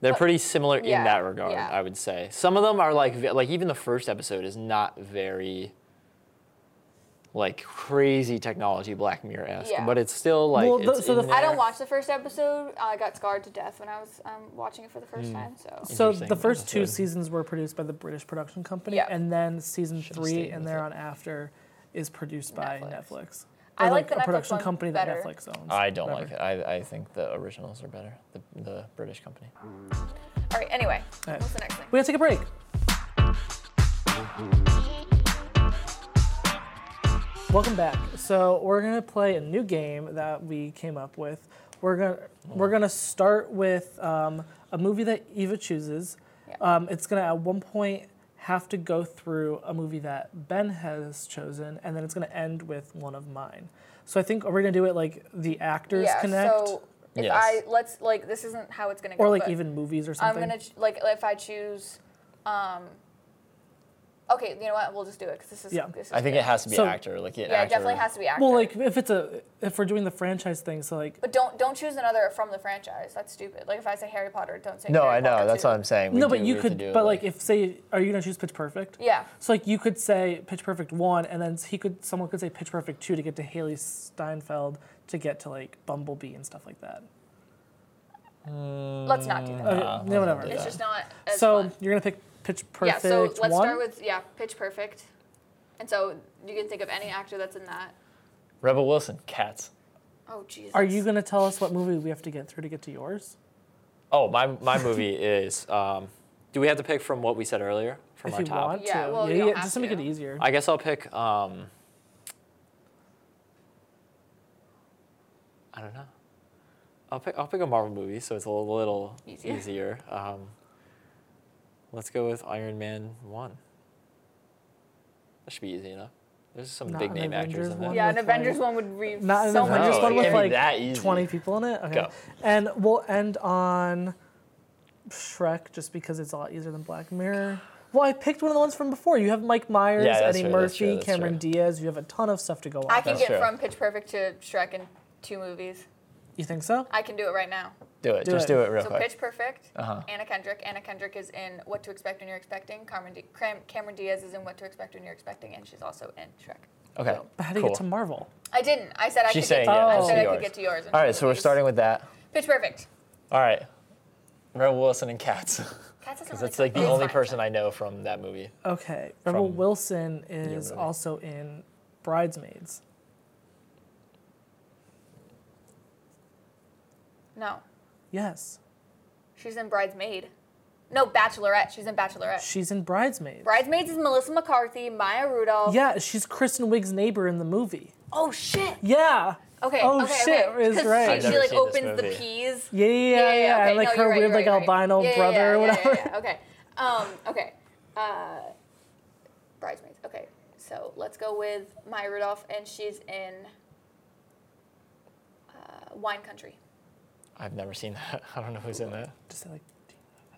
Speaker 1: They're pretty similar
Speaker 3: yeah,
Speaker 1: in that regard,
Speaker 3: yeah.
Speaker 1: I would say. Some of them are like ve- like even the first episode is not very like crazy technology Black Mirror esque,
Speaker 3: Yeah.
Speaker 1: but it's still like
Speaker 2: Well, the-
Speaker 1: it's
Speaker 2: so the
Speaker 1: in
Speaker 3: i don't
Speaker 1: there.
Speaker 3: watch the first episode i got scarred to death when i was um, watching it for the
Speaker 1: Hmm.
Speaker 3: first time so
Speaker 2: so the
Speaker 1: Interesting
Speaker 2: first two
Speaker 1: episode.
Speaker 2: seasons were produced by the British production company,
Speaker 3: Yeah.
Speaker 2: and then season
Speaker 1: Should've
Speaker 2: three
Speaker 1: stayed
Speaker 2: and
Speaker 1: with it.
Speaker 2: thereon after is produced by
Speaker 3: Netflix.
Speaker 2: Netflix.
Speaker 3: I
Speaker 2: Or,
Speaker 3: like the
Speaker 2: a
Speaker 3: Netflix
Speaker 2: production
Speaker 3: one
Speaker 2: company
Speaker 3: better.
Speaker 2: that Netflix owns.
Speaker 1: I don't
Speaker 2: whatever.
Speaker 1: like it. I, I think the originals are better. The, the British company.
Speaker 3: all right anyway
Speaker 2: right.
Speaker 3: what's the next thing
Speaker 2: We gotta take a break. Welcome back. So we're gonna play a new game that we came up with. We're gonna we're gonna start with um, a movie that Eva chooses.
Speaker 3: Yeah.
Speaker 2: Um, it's gonna at one point have to go through a movie that Ben has chosen, and then it's gonna end with one of mine. So I think are we gonna do it like the actors
Speaker 3: yeah
Speaker 2: connect,
Speaker 3: so if
Speaker 1: Yes.
Speaker 3: i let's like this isn't how it's gonna go
Speaker 2: or like
Speaker 3: but-
Speaker 2: even movies or
Speaker 3: I'm
Speaker 2: something?
Speaker 3: gonna ch- like if I choose, um, Okay, you know what? We'll just do it because this is.
Speaker 2: Yeah.
Speaker 3: This is
Speaker 1: I think
Speaker 3: good.
Speaker 1: it has to be
Speaker 2: So-
Speaker 1: actor, like an
Speaker 3: Yeah, it
Speaker 1: actor.
Speaker 3: definitely has to be actor.
Speaker 2: Well, like if it's a if we're doing the franchise thing, so like
Speaker 3: But don't don't choose another from the franchise. That's stupid. Like if I say Harry Potter, don't say.
Speaker 1: No,
Speaker 3: Harry
Speaker 1: I know.
Speaker 3: Potter
Speaker 1: That's
Speaker 3: too.
Speaker 1: what I'm saying. We
Speaker 2: no,
Speaker 1: do-
Speaker 2: but
Speaker 1: we
Speaker 2: you
Speaker 1: have to
Speaker 2: could.
Speaker 1: do it,
Speaker 2: But like if say, are you gonna choose Pitch Perfect?
Speaker 3: Yeah.
Speaker 2: So like you could say Pitch Perfect one, and then he could someone could say Pitch Perfect two to get to Haley Steinfeld to get to like Bumblebee and stuff like that.
Speaker 3: Let's not do
Speaker 1: Mm.
Speaker 3: that.
Speaker 2: Okay, no, whatever.
Speaker 3: It's just not. As
Speaker 2: so
Speaker 3: fun.
Speaker 2: you're gonna pick Pitch
Speaker 3: yeah.
Speaker 2: Perfect
Speaker 3: So let's
Speaker 2: one.
Speaker 3: start with yeah, Pitch Perfect, and so you can think of any actor that's in that.
Speaker 1: Rebel Wilson, Cats.
Speaker 3: Oh Jesus.
Speaker 2: are you gonna tell us what movie we have to get through to get to yours?
Speaker 1: Oh, my my movie is. Um, do we have to pick from what we said earlier from
Speaker 2: if
Speaker 1: our
Speaker 2: you
Speaker 1: top?
Speaker 2: want
Speaker 3: Yeah,
Speaker 2: to,
Speaker 3: well, you don't have
Speaker 2: just to make it
Speaker 3: to.
Speaker 2: easier.
Speaker 1: I guess I'll pick. Um, I don't know. I'll pick. I'll pick a Marvel movie, so it's a little
Speaker 3: Easier.
Speaker 1: easier. Um, let's go with Iron Man one. That should be easy enough. There's some
Speaker 2: Not
Speaker 1: big
Speaker 2: an
Speaker 1: name actors
Speaker 2: Avengers
Speaker 1: in
Speaker 2: one?
Speaker 1: that.
Speaker 3: Yeah, an
Speaker 2: with,
Speaker 3: Avengers
Speaker 2: like-
Speaker 3: one would be
Speaker 2: Not an
Speaker 3: so
Speaker 1: No,
Speaker 3: much.
Speaker 2: Avengers
Speaker 1: it
Speaker 2: one with
Speaker 1: can't be
Speaker 2: like
Speaker 1: that easy.
Speaker 2: 20 people in it. Okay.
Speaker 1: Go.
Speaker 2: And we'll end on Shrek just because it's a lot easier than Black Mirror. Well, I picked one of the ones from before. You have Mike Myers,
Speaker 1: Yeah, that's
Speaker 2: Eddie
Speaker 1: true, that's
Speaker 2: Murphy,
Speaker 1: true, that's
Speaker 2: Cameron
Speaker 1: true.
Speaker 2: Diaz. You have a ton of stuff to go on.
Speaker 3: I can
Speaker 1: That's
Speaker 3: get
Speaker 1: true.
Speaker 3: from Pitch Perfect to Shrek in two movies.
Speaker 2: you think so?
Speaker 3: I can do it right now.
Speaker 1: Do it.
Speaker 2: Do
Speaker 1: just
Speaker 2: it.
Speaker 1: do it real
Speaker 3: so
Speaker 1: quick.
Speaker 3: Pitch Perfect,
Speaker 1: Uh-huh.
Speaker 3: Anna Kendrick. Anna Kendrick is in What to Expect When You're Expecting. Carmen Di- Cram- Cameron Diaz is in What to Expect When You're Expecting, and she's also in Shrek.
Speaker 1: Okay.
Speaker 2: But how do you
Speaker 1: Cool.
Speaker 2: get to Marvel?
Speaker 3: I didn't. I said I
Speaker 1: She's
Speaker 3: could
Speaker 1: saying
Speaker 3: get to,
Speaker 1: yeah.
Speaker 2: Oh.
Speaker 3: I
Speaker 1: let's
Speaker 3: said
Speaker 1: do
Speaker 3: I could
Speaker 1: yours.
Speaker 3: get to yours. in
Speaker 1: All
Speaker 3: two
Speaker 1: right, so we're
Speaker 3: movies.
Speaker 1: starting with that.
Speaker 3: Pitch Perfect.
Speaker 1: All right. Rebel Wilson and Cats.
Speaker 2: Oh
Speaker 3: Cats doesn't
Speaker 1: Because
Speaker 3: really
Speaker 1: it's like
Speaker 3: count.
Speaker 1: the
Speaker 3: It's
Speaker 1: only
Speaker 3: fine.
Speaker 1: person I know from that movie.
Speaker 2: Okay. Rebel
Speaker 1: From-
Speaker 2: Wilson is
Speaker 1: really.
Speaker 2: also in Bridesmaids.
Speaker 3: No,
Speaker 2: Yes.
Speaker 3: she's in Bridesmaid. No, Bachelorette. She's in Bachelorette.
Speaker 2: She's in Bridesmaids.
Speaker 3: Bridesmaids is Melissa McCarthy, Maya Rudolph.
Speaker 2: yeah, she's Kristen Wiig's neighbor in the movie.
Speaker 3: Oh shit.
Speaker 2: Yeah.
Speaker 3: Okay.
Speaker 2: Oh,
Speaker 3: okay,
Speaker 2: shit,
Speaker 3: Okay.
Speaker 2: is
Speaker 3: 'Cause
Speaker 2: right.
Speaker 1: I've
Speaker 3: She, she
Speaker 1: never
Speaker 3: like
Speaker 1: seen this
Speaker 3: opens the
Speaker 1: movie.
Speaker 3: peas.
Speaker 2: Yeah, yeah, yeah, yeah.
Speaker 3: okay,
Speaker 2: And like
Speaker 3: no,
Speaker 2: her
Speaker 3: you're right,
Speaker 2: weird,
Speaker 3: you're
Speaker 2: like
Speaker 3: right, you're right.
Speaker 2: albino
Speaker 3: Yeah, yeah,
Speaker 2: brother
Speaker 3: yeah,
Speaker 2: or
Speaker 3: yeah,
Speaker 2: whatever.
Speaker 3: Yeah, yeah, Okay. Um, okay. Uh, bridesmaids. Okay. So let's go with Maya Rudolph, and she's in uh, Wine Country.
Speaker 1: I've never seen that. I don't know who's in that.
Speaker 2: Just say, like,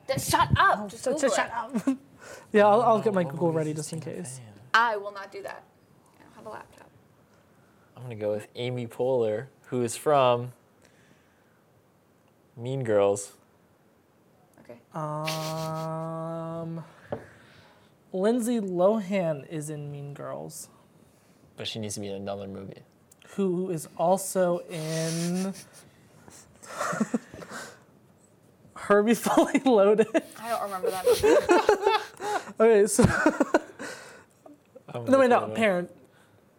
Speaker 3: Th- shut up. just
Speaker 2: Oh, so-
Speaker 3: Google
Speaker 2: so
Speaker 3: it.
Speaker 2: shut up. yeah, I'll, I'll get my Google ready just in case.
Speaker 3: I will not do that. I don't have a laptop.
Speaker 1: I'm gonna go with Amy Poehler, who is from Mean Girls.
Speaker 3: Okay.
Speaker 2: Um, Lindsay Lohan is in Mean Girls,
Speaker 1: But she needs to be in another movie.
Speaker 2: who is also in Herbie Fully Loaded.
Speaker 3: I don't remember that. Movie.
Speaker 2: Okay, so
Speaker 1: I'm
Speaker 2: no
Speaker 1: looking
Speaker 2: wait, no
Speaker 1: it up.
Speaker 2: Parent.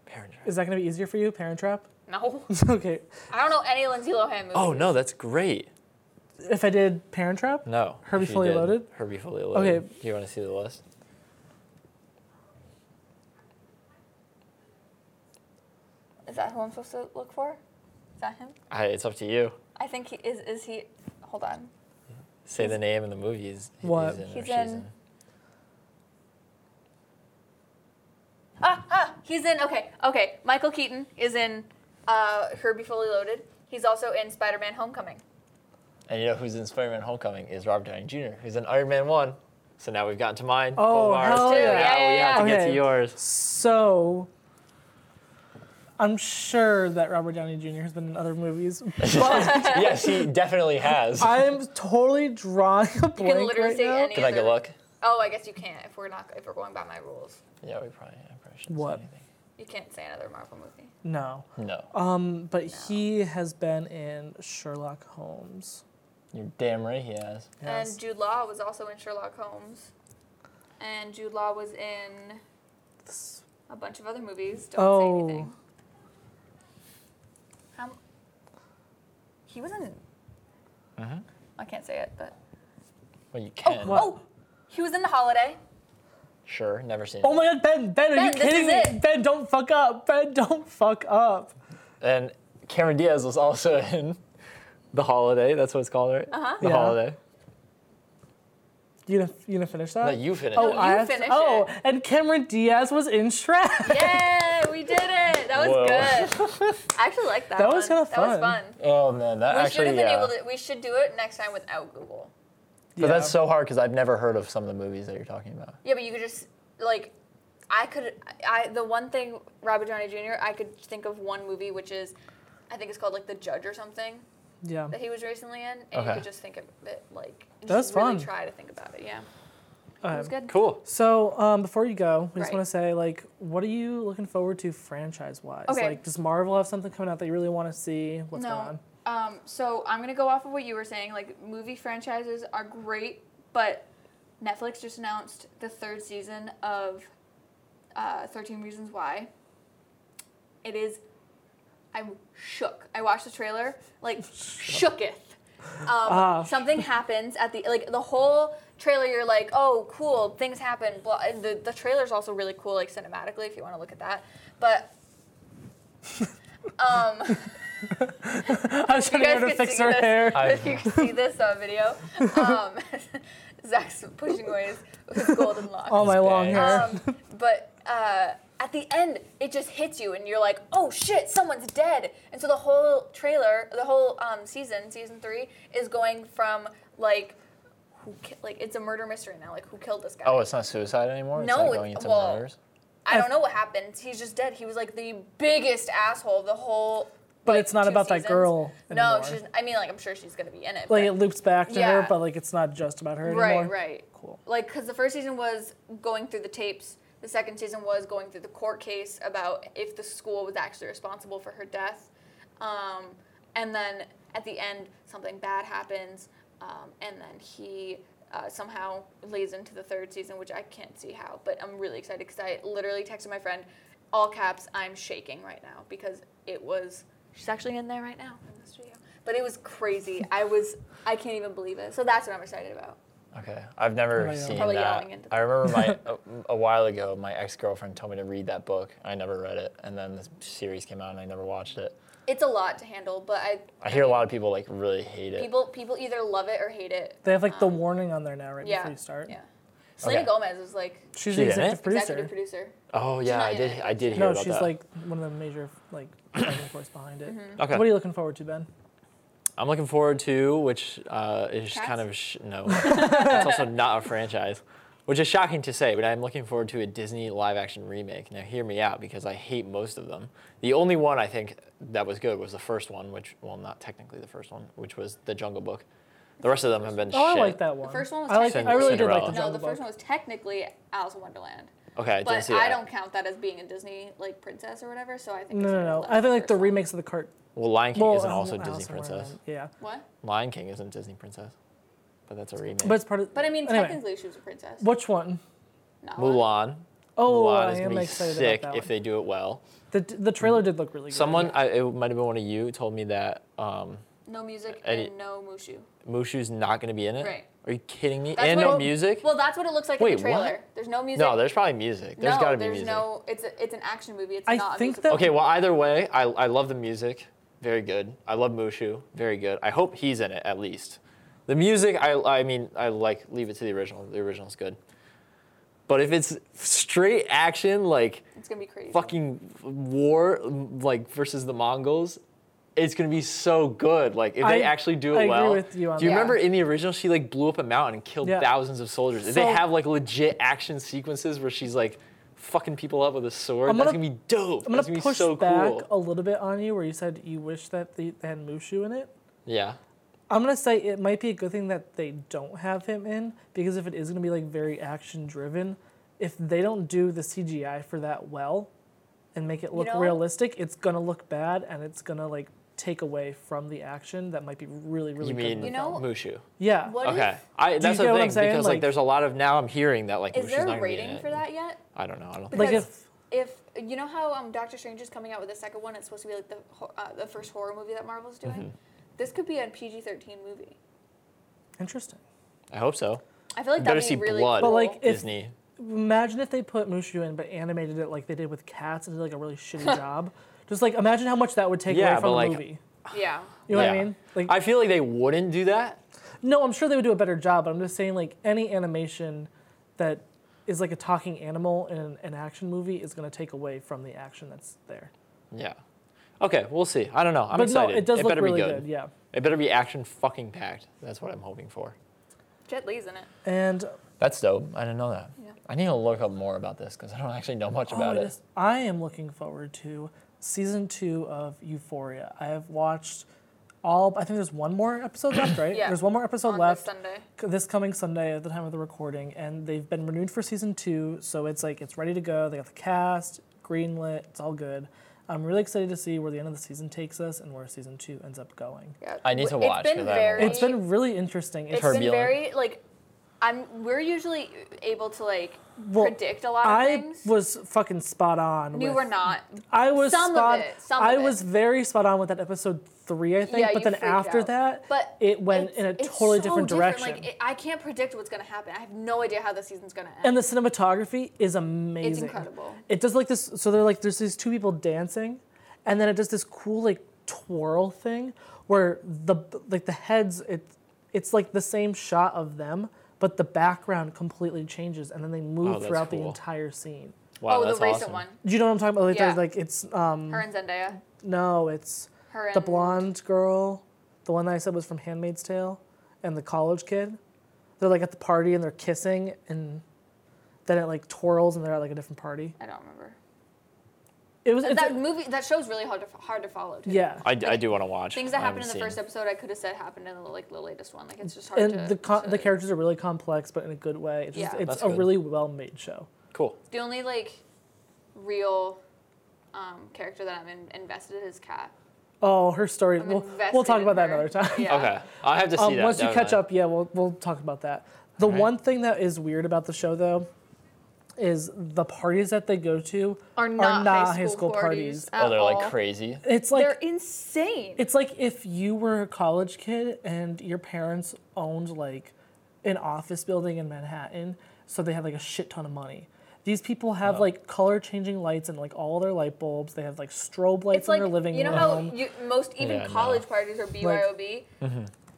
Speaker 1: Parent Trap.
Speaker 2: Is that gonna be easier for you? Parent Trap.
Speaker 3: No.
Speaker 2: okay,
Speaker 3: I don't know any Lindsay Lohan movies.
Speaker 1: Oh no, that's great.
Speaker 2: if I did Parent Trap,
Speaker 1: No.
Speaker 2: Herbie
Speaker 1: she
Speaker 2: Fully
Speaker 1: did.
Speaker 2: Loaded?
Speaker 1: Herbie Fully Loaded.
Speaker 2: Okay.
Speaker 1: Do you want to see the list?
Speaker 3: Is that who I'm supposed to look for? Is that him?
Speaker 1: I, it's up to you.
Speaker 3: I think he is. Is he? Hold on.
Speaker 1: Say the name and the movies. he's
Speaker 2: What?
Speaker 1: in or
Speaker 3: He's
Speaker 1: she's
Speaker 3: in- Ah, ah, he's in. Okay, okay. Michael Keaton is in uh, Herbie Fully Loaded. He's also in Spider-Man: Homecoming.
Speaker 1: And you know who's in Spider-Man: Homecoming is Robert Downey Jr., who's in Iron Man One. So now we've gotten to mine.
Speaker 2: Oh,
Speaker 1: both ours.
Speaker 2: hell yeah.
Speaker 1: Now we
Speaker 3: Yeah,
Speaker 1: have to
Speaker 2: yeah,
Speaker 1: get
Speaker 2: yeah.
Speaker 1: to yours.
Speaker 2: So, I'm sure that Robert Downey Jr. has been in other movies, but
Speaker 1: yes, he definitely has.
Speaker 2: I am totally drawing a blank
Speaker 3: You can literally
Speaker 2: right
Speaker 3: say
Speaker 2: now.
Speaker 3: any.
Speaker 1: Can I go
Speaker 3: other-
Speaker 1: look?
Speaker 3: Oh, I guess you can't if we're not if we're going by my rules.
Speaker 1: Yeah, we probably. I probably shouldn't
Speaker 2: What?
Speaker 1: Say anything.
Speaker 3: You can't say another Marvel movie.
Speaker 2: No, Um,
Speaker 1: No,
Speaker 2: but he has been in Sherlock Holmes.
Speaker 1: you're damn right he has.
Speaker 2: Yes.
Speaker 3: And Jude Law was also in Sherlock Holmes. And Jude Law was in a bunch of other movies. Don't
Speaker 2: Oh.
Speaker 3: say anything. How? He was in. I can't say it, but
Speaker 1: Well, you can.
Speaker 2: what?
Speaker 3: oh, he was in The Holiday.
Speaker 1: Sure, never seen.
Speaker 2: Oh
Speaker 1: it.
Speaker 2: my God, Ben! Ben, are
Speaker 3: Ben,
Speaker 2: you
Speaker 3: this
Speaker 2: kidding
Speaker 3: is
Speaker 2: me?
Speaker 3: it.
Speaker 2: Ben, don't fuck up! Ben, don't fuck up!
Speaker 1: And Cameron Diaz was also in the holiday. That's what it's called, right? Uh-huh. The
Speaker 2: Yeah.
Speaker 1: holiday.
Speaker 2: You gonna you gonna finish that?
Speaker 1: No, you finished.
Speaker 2: Oh,
Speaker 1: it.
Speaker 2: I
Speaker 3: you
Speaker 2: have to-
Speaker 3: finish
Speaker 2: oh,
Speaker 3: it.
Speaker 2: and Cameron Diaz was in Shrek.
Speaker 3: Yay, we did it. That was
Speaker 1: Whoa.
Speaker 3: good. I actually like that.
Speaker 2: That was
Speaker 3: one.
Speaker 2: kinda
Speaker 3: That
Speaker 2: fun.
Speaker 3: was fun.
Speaker 1: Oh man, that
Speaker 3: We should
Speaker 1: actually.
Speaker 3: have been
Speaker 1: Yeah.
Speaker 3: able to. We should do it next time without Google.
Speaker 1: But that's so hard because I've never heard of some of the movies that you're talking about.
Speaker 3: Yeah, but you could just like I could, I the one thing Robert Downey Jr. I could think of one movie which is, I think it's called like The Judge or something
Speaker 2: Yeah.
Speaker 3: that he was recently in, and you
Speaker 1: Okay.
Speaker 3: could just think of it like
Speaker 2: That's
Speaker 3: just really
Speaker 2: fun.
Speaker 3: try to think about it. Yeah, it
Speaker 2: Um,
Speaker 3: was good.
Speaker 1: Cool.
Speaker 2: So um, before you go, we just
Speaker 3: Right.
Speaker 2: want to say, like, what are you looking forward to franchise-wise?
Speaker 3: Okay.
Speaker 2: Like, does Marvel have something coming out that you really want to see? What's going on?
Speaker 3: no. Um, so I'm gonna go off of what you were saying. Like movie franchises are great, but Netflix just announced the third season of uh, Thirteen Reasons Why. It is. I'm shook. I watched the trailer. Like shooketh. Um, Something happens at the like the whole trailer. You're like, oh, cool, things happen. Blah. and The the trailer's also really cool, like cinematically, if you want to look at that. But um.
Speaker 2: I was trying to get her to
Speaker 3: could
Speaker 2: fix
Speaker 3: see
Speaker 2: her
Speaker 3: this.
Speaker 2: hair.
Speaker 1: I-
Speaker 3: If you can see this uh, video, um, Zach's pushing away his, his golden locks.
Speaker 2: All my long
Speaker 1: bang.
Speaker 2: hair.
Speaker 3: Um, but uh, at the end, it just hits you, and you're like, "Oh shit, someone's dead!" And so the whole trailer, the whole um, season, season three, is going from like, who ki- like it's a murder mystery now, like who killed this guy?
Speaker 1: Oh, it's not suicide anymore. it's
Speaker 3: No,
Speaker 1: not
Speaker 3: it-
Speaker 1: going into
Speaker 3: well,
Speaker 1: murders.
Speaker 3: I don't know what happened. He's just dead. He was like the biggest asshole the whole.
Speaker 2: But
Speaker 3: like,
Speaker 2: it's not
Speaker 3: two
Speaker 2: about that
Speaker 3: seasons.
Speaker 2: girl
Speaker 3: No,
Speaker 2: anymore.
Speaker 3: she's. I mean, like I'm sure she's gonna be in
Speaker 2: like,
Speaker 3: it. but-
Speaker 2: it loops back to her,
Speaker 3: Yeah.
Speaker 2: but like, it's not just about her
Speaker 3: Right,
Speaker 2: anymore.
Speaker 3: right.
Speaker 2: Cool.
Speaker 3: Like, because the first season was going through the tapes. The second season was going through the court case about if the school was actually responsible for her death. Um, and then at the end, something bad happens. Um, and then he uh, somehow lays into the third season, which I can't see how. But I'm really excited because I literally texted my friend, all caps, I'm shaking right now because it was. She's actually in there right now in the studio. But it was crazy. I was, I can't even believe it. So that's what I'm excited about.
Speaker 1: Okay, I've never
Speaker 2: Probably
Speaker 1: seen
Speaker 3: Probably
Speaker 1: that.
Speaker 3: yelling into
Speaker 1: I remember my a, a while ago, my ex girlfriend told me to read that book. I never read it, and then this series came out, and I never watched it.
Speaker 3: it's a lot to handle, but I
Speaker 1: I hear a lot of people like really hate it.
Speaker 3: people people either love it or hate it.
Speaker 2: They have like the warning on there now, right
Speaker 3: Yeah.
Speaker 2: before you start.
Speaker 3: Yeah. Selena
Speaker 1: Okay.
Speaker 3: Gomez is like
Speaker 2: She's
Speaker 1: She
Speaker 2: the
Speaker 1: in it?
Speaker 2: executive producer.
Speaker 3: executive producer.
Speaker 1: oh yeah,
Speaker 3: not
Speaker 1: I
Speaker 3: in
Speaker 1: did.
Speaker 3: it.
Speaker 1: I did hear
Speaker 2: No,
Speaker 1: about
Speaker 2: she's
Speaker 1: that.
Speaker 2: like one of the major like driving force behind it.
Speaker 1: okay.
Speaker 2: What are you looking forward to, Ben?
Speaker 1: I'm looking forward to, which uh, is
Speaker 3: Cats?
Speaker 1: kind of sh- no. it's also not a franchise, which is shocking to say. But I'm looking forward to a Disney live-action remake. Now, hear me out because I hate most of them. The only one I think that was good was the first one, which well, not technically the first one, which was the Jungle Book. The rest of them have been
Speaker 2: Oh,
Speaker 1: shit.
Speaker 2: I like that one.
Speaker 3: first one was
Speaker 2: I like.
Speaker 3: technically-
Speaker 2: I really did like
Speaker 1: Cinderella.
Speaker 2: the
Speaker 3: No,
Speaker 2: Jungle
Speaker 3: the
Speaker 2: Book.
Speaker 3: first one was technically Alice in Wonderland.
Speaker 1: Okay, I didn't
Speaker 3: But
Speaker 1: see
Speaker 3: I
Speaker 1: that.
Speaker 3: don't count that as being a Disney like princess or whatever, so I think
Speaker 2: No,
Speaker 3: it's
Speaker 2: no,
Speaker 3: gonna
Speaker 2: no.
Speaker 3: love
Speaker 2: I think like
Speaker 3: first
Speaker 2: the
Speaker 3: one.
Speaker 2: remakes of the cart.
Speaker 1: Well, Lion King
Speaker 2: Well,
Speaker 1: isn't
Speaker 2: um,
Speaker 1: also
Speaker 2: Alice
Speaker 1: Disney
Speaker 2: in Wonderland.
Speaker 1: princess.
Speaker 2: Yeah,
Speaker 3: What?
Speaker 1: Lion King isn't Disney princess, but that's a remake.
Speaker 2: but it's part of.
Speaker 3: But I mean
Speaker 2: anyway,
Speaker 3: technically she was a princess.
Speaker 2: which one?
Speaker 3: Nala.
Speaker 1: Mulan.
Speaker 2: Oh,
Speaker 1: Mulan
Speaker 2: I
Speaker 1: is
Speaker 2: am
Speaker 1: gonna be
Speaker 2: excited
Speaker 1: sick
Speaker 2: about that
Speaker 1: if
Speaker 2: one.
Speaker 1: they do it well.
Speaker 2: The the trailer did look really good.
Speaker 1: Someone, I, it might have been one of you, told me that um,
Speaker 3: No music
Speaker 1: I-
Speaker 3: and no Mushu.
Speaker 1: Mushu's not going to be in it.
Speaker 3: Right.
Speaker 1: Are you kidding me?
Speaker 3: That's
Speaker 1: and
Speaker 3: what
Speaker 1: no
Speaker 3: it-
Speaker 1: music?
Speaker 3: Well that's what it looks like in
Speaker 1: Wait,
Speaker 3: the
Speaker 1: what?
Speaker 3: trailer. There's no music.
Speaker 1: no, there's probably music. There's
Speaker 3: no,
Speaker 1: got to be
Speaker 3: there's
Speaker 1: music.
Speaker 3: no it's a, it's an action movie, it's
Speaker 2: I
Speaker 3: not a
Speaker 2: think
Speaker 3: musical.
Speaker 2: that-
Speaker 1: Okay, well, either way, I, I love the music. Very good. I love Mushu. Very good. I hope he's in it at least. The music, I, I mean, I like leave it to the original. The original's good. But if it's straight action, like
Speaker 3: It's gonna be crazy.
Speaker 1: fucking war, like versus the Mongols, it's gonna be so good. Like if they
Speaker 2: I-
Speaker 1: actually do
Speaker 2: I
Speaker 1: it
Speaker 2: agree
Speaker 1: well.
Speaker 2: with you on
Speaker 1: do you
Speaker 2: that.
Speaker 1: remember in the original she like blew up a mountain and killed
Speaker 2: Yeah.
Speaker 1: thousands of soldiers? If they
Speaker 2: So-
Speaker 1: have like legit action sequences where she's like fucking people up with a sword,
Speaker 2: I'm
Speaker 1: that's
Speaker 2: gonna-
Speaker 1: gonna be dope.
Speaker 2: I'm
Speaker 1: that's
Speaker 2: gonna
Speaker 1: gonna
Speaker 2: push
Speaker 1: be so
Speaker 2: back
Speaker 1: cool.
Speaker 2: a little bit on you where you said you wish that they, they had Mushu in it.
Speaker 1: Yeah.
Speaker 2: I'm gonna say it might be a good thing that they don't have him in because if it is gonna be like very action driven, if they don't do the CGI for that well, and make it look
Speaker 3: know-
Speaker 2: realistic, it's gonna look bad and it's gonna like take away from the action that might be really really
Speaker 1: You
Speaker 2: good. in
Speaker 1: mean
Speaker 2: the
Speaker 3: You know-
Speaker 2: film.
Speaker 1: Mushu?
Speaker 2: yeah.
Speaker 3: What
Speaker 1: Okay,
Speaker 3: if-
Speaker 1: I,
Speaker 2: you
Speaker 1: that's
Speaker 2: get
Speaker 1: the
Speaker 2: what I'm
Speaker 1: thing
Speaker 2: saying?
Speaker 1: because
Speaker 2: Like-
Speaker 1: like there's a lot of now I'm hearing that like
Speaker 3: Is
Speaker 1: Mushu's
Speaker 3: there
Speaker 1: not
Speaker 3: a
Speaker 1: gonna be in
Speaker 3: rating
Speaker 1: it.
Speaker 3: for that yet?
Speaker 1: I don't know. I don't.
Speaker 2: Like
Speaker 3: Because
Speaker 2: if-
Speaker 3: if you know how um, Doctor Strange is coming out with the second one, it's supposed to be like the ho- uh, the first horror movie that Marvel's doing.
Speaker 1: Mm-hmm.
Speaker 3: This could be a PG thirteen movie.
Speaker 2: Interesting.
Speaker 1: I hope so.
Speaker 3: I feel like
Speaker 1: Better
Speaker 3: that'd
Speaker 1: see
Speaker 3: be really
Speaker 1: blood.
Speaker 2: But
Speaker 3: cool.
Speaker 2: like if
Speaker 1: Disney.
Speaker 2: imagine if they put Mushu in but animated it like they did with Cats and did like a really shitty job. Just like imagine how much that would take
Speaker 1: Yeah,
Speaker 2: away from
Speaker 1: but,
Speaker 2: the
Speaker 1: like,
Speaker 2: movie.
Speaker 3: yeah,
Speaker 2: You know what
Speaker 1: Yeah.
Speaker 2: I mean? Like
Speaker 1: I feel like they wouldn't do that.
Speaker 2: No, I'm sure they would do a better job, but I'm just saying, like, any animation that is like a talking animal in an, an action movie is going to take away from the action that's there.
Speaker 1: Yeah. Okay, we'll see. I don't know. I'm
Speaker 2: but
Speaker 1: excited.
Speaker 2: no, it does look
Speaker 1: better
Speaker 2: really
Speaker 1: be good.
Speaker 2: Yeah.
Speaker 1: It better be action fucking packed. That's what I'm hoping for.
Speaker 3: Jet Li's in it.
Speaker 2: And
Speaker 1: That's dope. I didn't know that. I need to look up more about this because I don't actually know much about
Speaker 2: Oh,
Speaker 1: it.
Speaker 2: yes. I am looking forward to season two of Euphoria. I have watched all. I think there's one more episode left, right?
Speaker 3: Yeah.
Speaker 2: There's one more episode
Speaker 3: On this
Speaker 2: left.
Speaker 3: Sunday.
Speaker 2: c- This coming Sunday at the time of the recording, and they've been renewed for season two, so it's like it's ready to go. They got the cast greenlit. It's all good. I'm really excited to see where the end of the season takes us and where season two ends up going.
Speaker 3: Yeah.
Speaker 1: I need to
Speaker 3: W-
Speaker 1: watch
Speaker 3: It's been
Speaker 1: 'cause I haven't
Speaker 3: very.
Speaker 1: watched
Speaker 2: It's been really interesting.
Speaker 3: it's
Speaker 2: It's-
Speaker 1: turbulent.
Speaker 3: been very like. I'm. We're usually able to like
Speaker 2: well,
Speaker 3: predict a lot of
Speaker 2: I
Speaker 3: things.
Speaker 2: was fucking spot on.
Speaker 3: you
Speaker 2: with
Speaker 3: were not.
Speaker 2: I was
Speaker 3: Some of
Speaker 2: spot.
Speaker 3: it, some
Speaker 2: I
Speaker 3: of it.
Speaker 2: was very spot on with that episode three, I think.
Speaker 3: Yeah,
Speaker 2: but
Speaker 3: you
Speaker 2: then
Speaker 3: freaked
Speaker 2: after
Speaker 3: out.
Speaker 2: that,
Speaker 3: But
Speaker 2: it went in a
Speaker 3: it's- it's
Speaker 2: totally
Speaker 3: so
Speaker 2: different direction.
Speaker 3: Like it, I can't predict what's gonna happen. I have no idea how the season's gonna end.
Speaker 2: and the cinematography is amazing.
Speaker 3: incredible.
Speaker 2: It does like this. So they're like, there's these two people dancing, and then it does this cool like twirl thing where the like the heads. It it's like the same shot of them, but the background completely changes, and then they move
Speaker 1: Oh, that's
Speaker 2: throughout the
Speaker 1: cool.
Speaker 2: entire scene.
Speaker 1: Wow,
Speaker 3: oh,
Speaker 1: that's
Speaker 3: the recent
Speaker 1: awesome.
Speaker 3: one.
Speaker 2: Do you know what I'm talking about? Like, they're,
Speaker 3: Yeah.
Speaker 2: like it's um
Speaker 3: Her and Zendaya.
Speaker 2: no, it's
Speaker 3: Her and
Speaker 2: the blonde girl, the one that I said was from Handmaid's Tale, and the college kid. They're like at the party and they're kissing, and then it like twirls and they're at like a different party.
Speaker 3: I don't remember.
Speaker 2: It was
Speaker 3: That,
Speaker 2: it's,
Speaker 3: that movie. That show's really hard to f- hard to follow. Too.
Speaker 2: yeah.
Speaker 1: I, d- I do want to watch.
Speaker 3: Things that
Speaker 1: I
Speaker 3: happened in
Speaker 1: haven't
Speaker 3: the
Speaker 1: seen.
Speaker 3: first episode, I could have said happened in the like the latest one. Like it's just hard
Speaker 2: and
Speaker 3: to.
Speaker 2: the co-
Speaker 3: to-
Speaker 2: the characters are really complex, but in a good way. It's, just,
Speaker 3: Yeah.
Speaker 2: it's
Speaker 1: That's
Speaker 2: a
Speaker 1: good.
Speaker 2: really well made show.
Speaker 1: Cool.
Speaker 3: The only like real um, character that I'm in- invested in is Kat.
Speaker 2: Oh, her story.
Speaker 3: I'm
Speaker 2: We'll,
Speaker 3: invested
Speaker 2: we'll talk
Speaker 3: in
Speaker 2: about that
Speaker 3: her.
Speaker 2: another time.
Speaker 3: Yeah.
Speaker 1: Okay, I have to see
Speaker 2: Um,
Speaker 1: that.
Speaker 2: once you catch
Speaker 1: definitely.
Speaker 2: up, yeah, we'll we'll talk about that. The
Speaker 1: Alright.
Speaker 2: one thing that is weird about the show though is the parties that they go to
Speaker 3: Are not,
Speaker 2: high school parties.
Speaker 3: at
Speaker 1: oh, they're
Speaker 3: all.
Speaker 1: like crazy.
Speaker 2: It's like
Speaker 3: they're insane.
Speaker 2: It's like if you were a college kid and your parents owned like an office building in Manhattan, so they had like a shit ton of money. These people have like color changing lights and like all their light bulbs. They have like strobe lights
Speaker 3: It's like
Speaker 2: in their living
Speaker 3: you know
Speaker 2: room.
Speaker 3: how you, most even
Speaker 1: Yeah, I know. Mm-hmm.
Speaker 3: college parties are BYOB.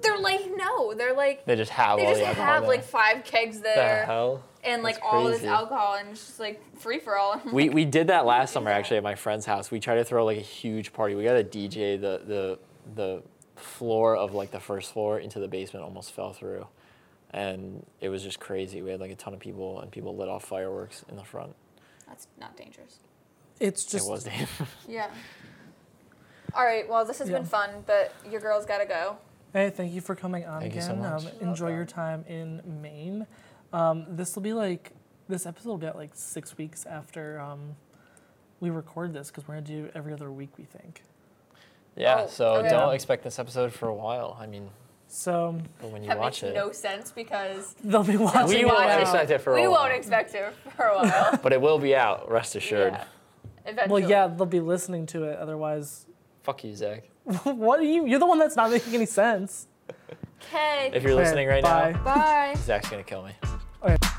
Speaker 3: They're like no, they're like
Speaker 1: They just have
Speaker 3: they
Speaker 1: all
Speaker 3: just
Speaker 1: the alcohol
Speaker 3: have
Speaker 1: there.
Speaker 3: like five kegs
Speaker 1: the
Speaker 3: there
Speaker 1: hell.
Speaker 3: and like
Speaker 1: That's
Speaker 3: all this
Speaker 1: crazy.
Speaker 3: alcohol and it's just like free for all.
Speaker 1: We, we did that last summer actually at my friend's house. We tried to throw like a huge party. We got a DJ the the the floor of like the first floor into the basement almost fell through, and it was just crazy. We had like a ton of people and people lit off fireworks in the front.
Speaker 3: That's not dangerous.
Speaker 2: it's just
Speaker 1: it was
Speaker 3: Oh, Yeah. All right. Well, this has been
Speaker 2: Yeah.
Speaker 3: fun, but your girls gotta go.
Speaker 2: Hey, thank you for coming on
Speaker 1: Thank you so
Speaker 2: again.
Speaker 1: much.
Speaker 2: Um, enjoy your time in Maine. Um, this will be like this episode will be out like six weeks after um, we record this because we're gonna do every other week. We think
Speaker 1: yeah.
Speaker 3: Oh,
Speaker 1: so
Speaker 3: okay.
Speaker 1: don't expect this episode for a while. I mean,
Speaker 2: so.
Speaker 1: but when you
Speaker 3: That
Speaker 1: watch
Speaker 3: makes
Speaker 1: it,
Speaker 3: no sense because
Speaker 2: They'll be watching.
Speaker 1: we
Speaker 2: it
Speaker 1: won't
Speaker 2: now.
Speaker 1: expect it for
Speaker 3: we
Speaker 1: a while.
Speaker 3: won't expect it for a while.
Speaker 1: but it will be out. Rest assured.
Speaker 3: Yeah, Eventually.
Speaker 2: Well, yeah, they'll be listening to it. Otherwise,
Speaker 1: Fuck you, Zach.
Speaker 2: what are you? You're the one that's not making any sense.
Speaker 3: Okay.
Speaker 1: If you're listening right
Speaker 2: Bye.
Speaker 1: now,
Speaker 3: Bye.
Speaker 1: Zach's gonna kill me.
Speaker 2: Okay.